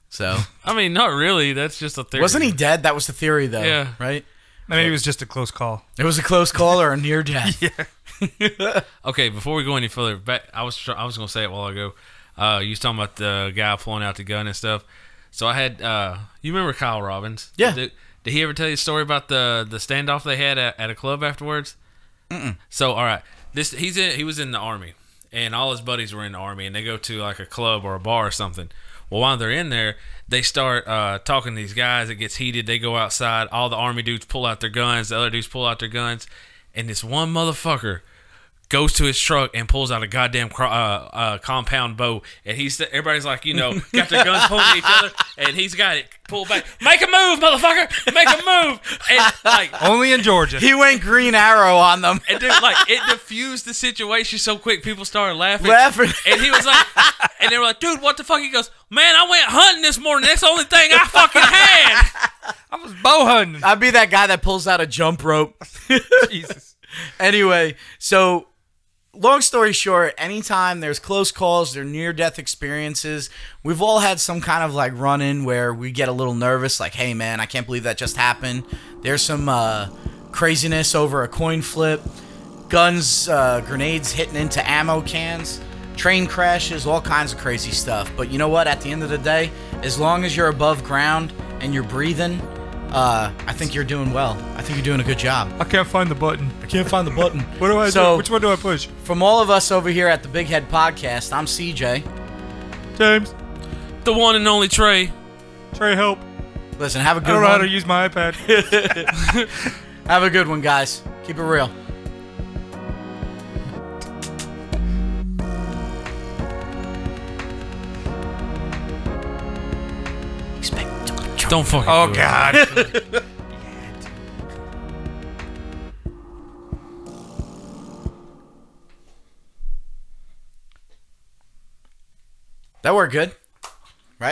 B: So
C: I mean, not really. That's just a theory.
B: wasn't he dead? That was the theory, though.
C: Yeah.
B: Right.
D: No, Maybe it was just a close call.
B: It was a close call or a
C: (laughs)
B: near death.
C: Okay, before we go any further, back, I was try- I was gonna say it a while ago. Uh, you was talking about the guy pulling out the gun and stuff. So I had uh, you remember Kyle Robbins?
B: Yeah.
C: Did, did he ever tell you a story about the the standoff they had at, at a club afterwards? So all right, this he's in he was in the army, and all his buddies were in the army, and they go to like a club or a bar or something. Well, while they're in there, they start uh, talking to these guys. It gets heated. They go outside. All the army dudes pull out their guns. The other dudes pull out their guns, and this one motherfucker goes to his truck and pulls out a goddamn cro- uh, uh, compound bow. And he's everybody's like, you know, got their guns pointed at each other, and he's got it pulled back. Make a move, motherfucker! Make a move! And
D: (laughs)
C: like
D: Only in Georgia.
B: He went green arrow on them.
C: and dude, like it diffused the situation so quick, people started (laughs) laughing.
B: Laughing.
C: And he was like, and they were like, dude, what the fuck? He goes, man, I went hunting this morning. That's the only thing I fucking had.
D: I was bow
B: (laughs)
D: hunting.
B: I'd be (laughs) that guy that pulls out a jump rope.
D: Jesus.
B: anyway, so long story short, anytime there's close calls, there near death experiences, we've all had some kind of like run in where we get a little nervous, like, hey man, I can't believe that just happened. There's some uh, craziness over a coin flip, guns, uh, grenades hitting into ammo cans, train crashes, all kinds of crazy stuff. But you know what? At the end of the day, as long as you're above ground and you're breathing, uh, I think you're doing well. I think you're doing a good job.
D: I can't find the button.
B: I can't find the button.
D: What do I
B: So-
D: do? Which one do I push?
B: From all of us over here at the Big Head Podcast, I'm CJ.
D: James,
C: The one and only Trey.
D: Trey, help.
B: Listen, have a
D: I
B: good
D: don't know how to
B: one.
D: use my iPad.
B: (laughs) Have a good one, guys. Keep it real.
C: Don't fucking.
D: Oh,
C: do it.
D: God.
B: (laughs) That worked good.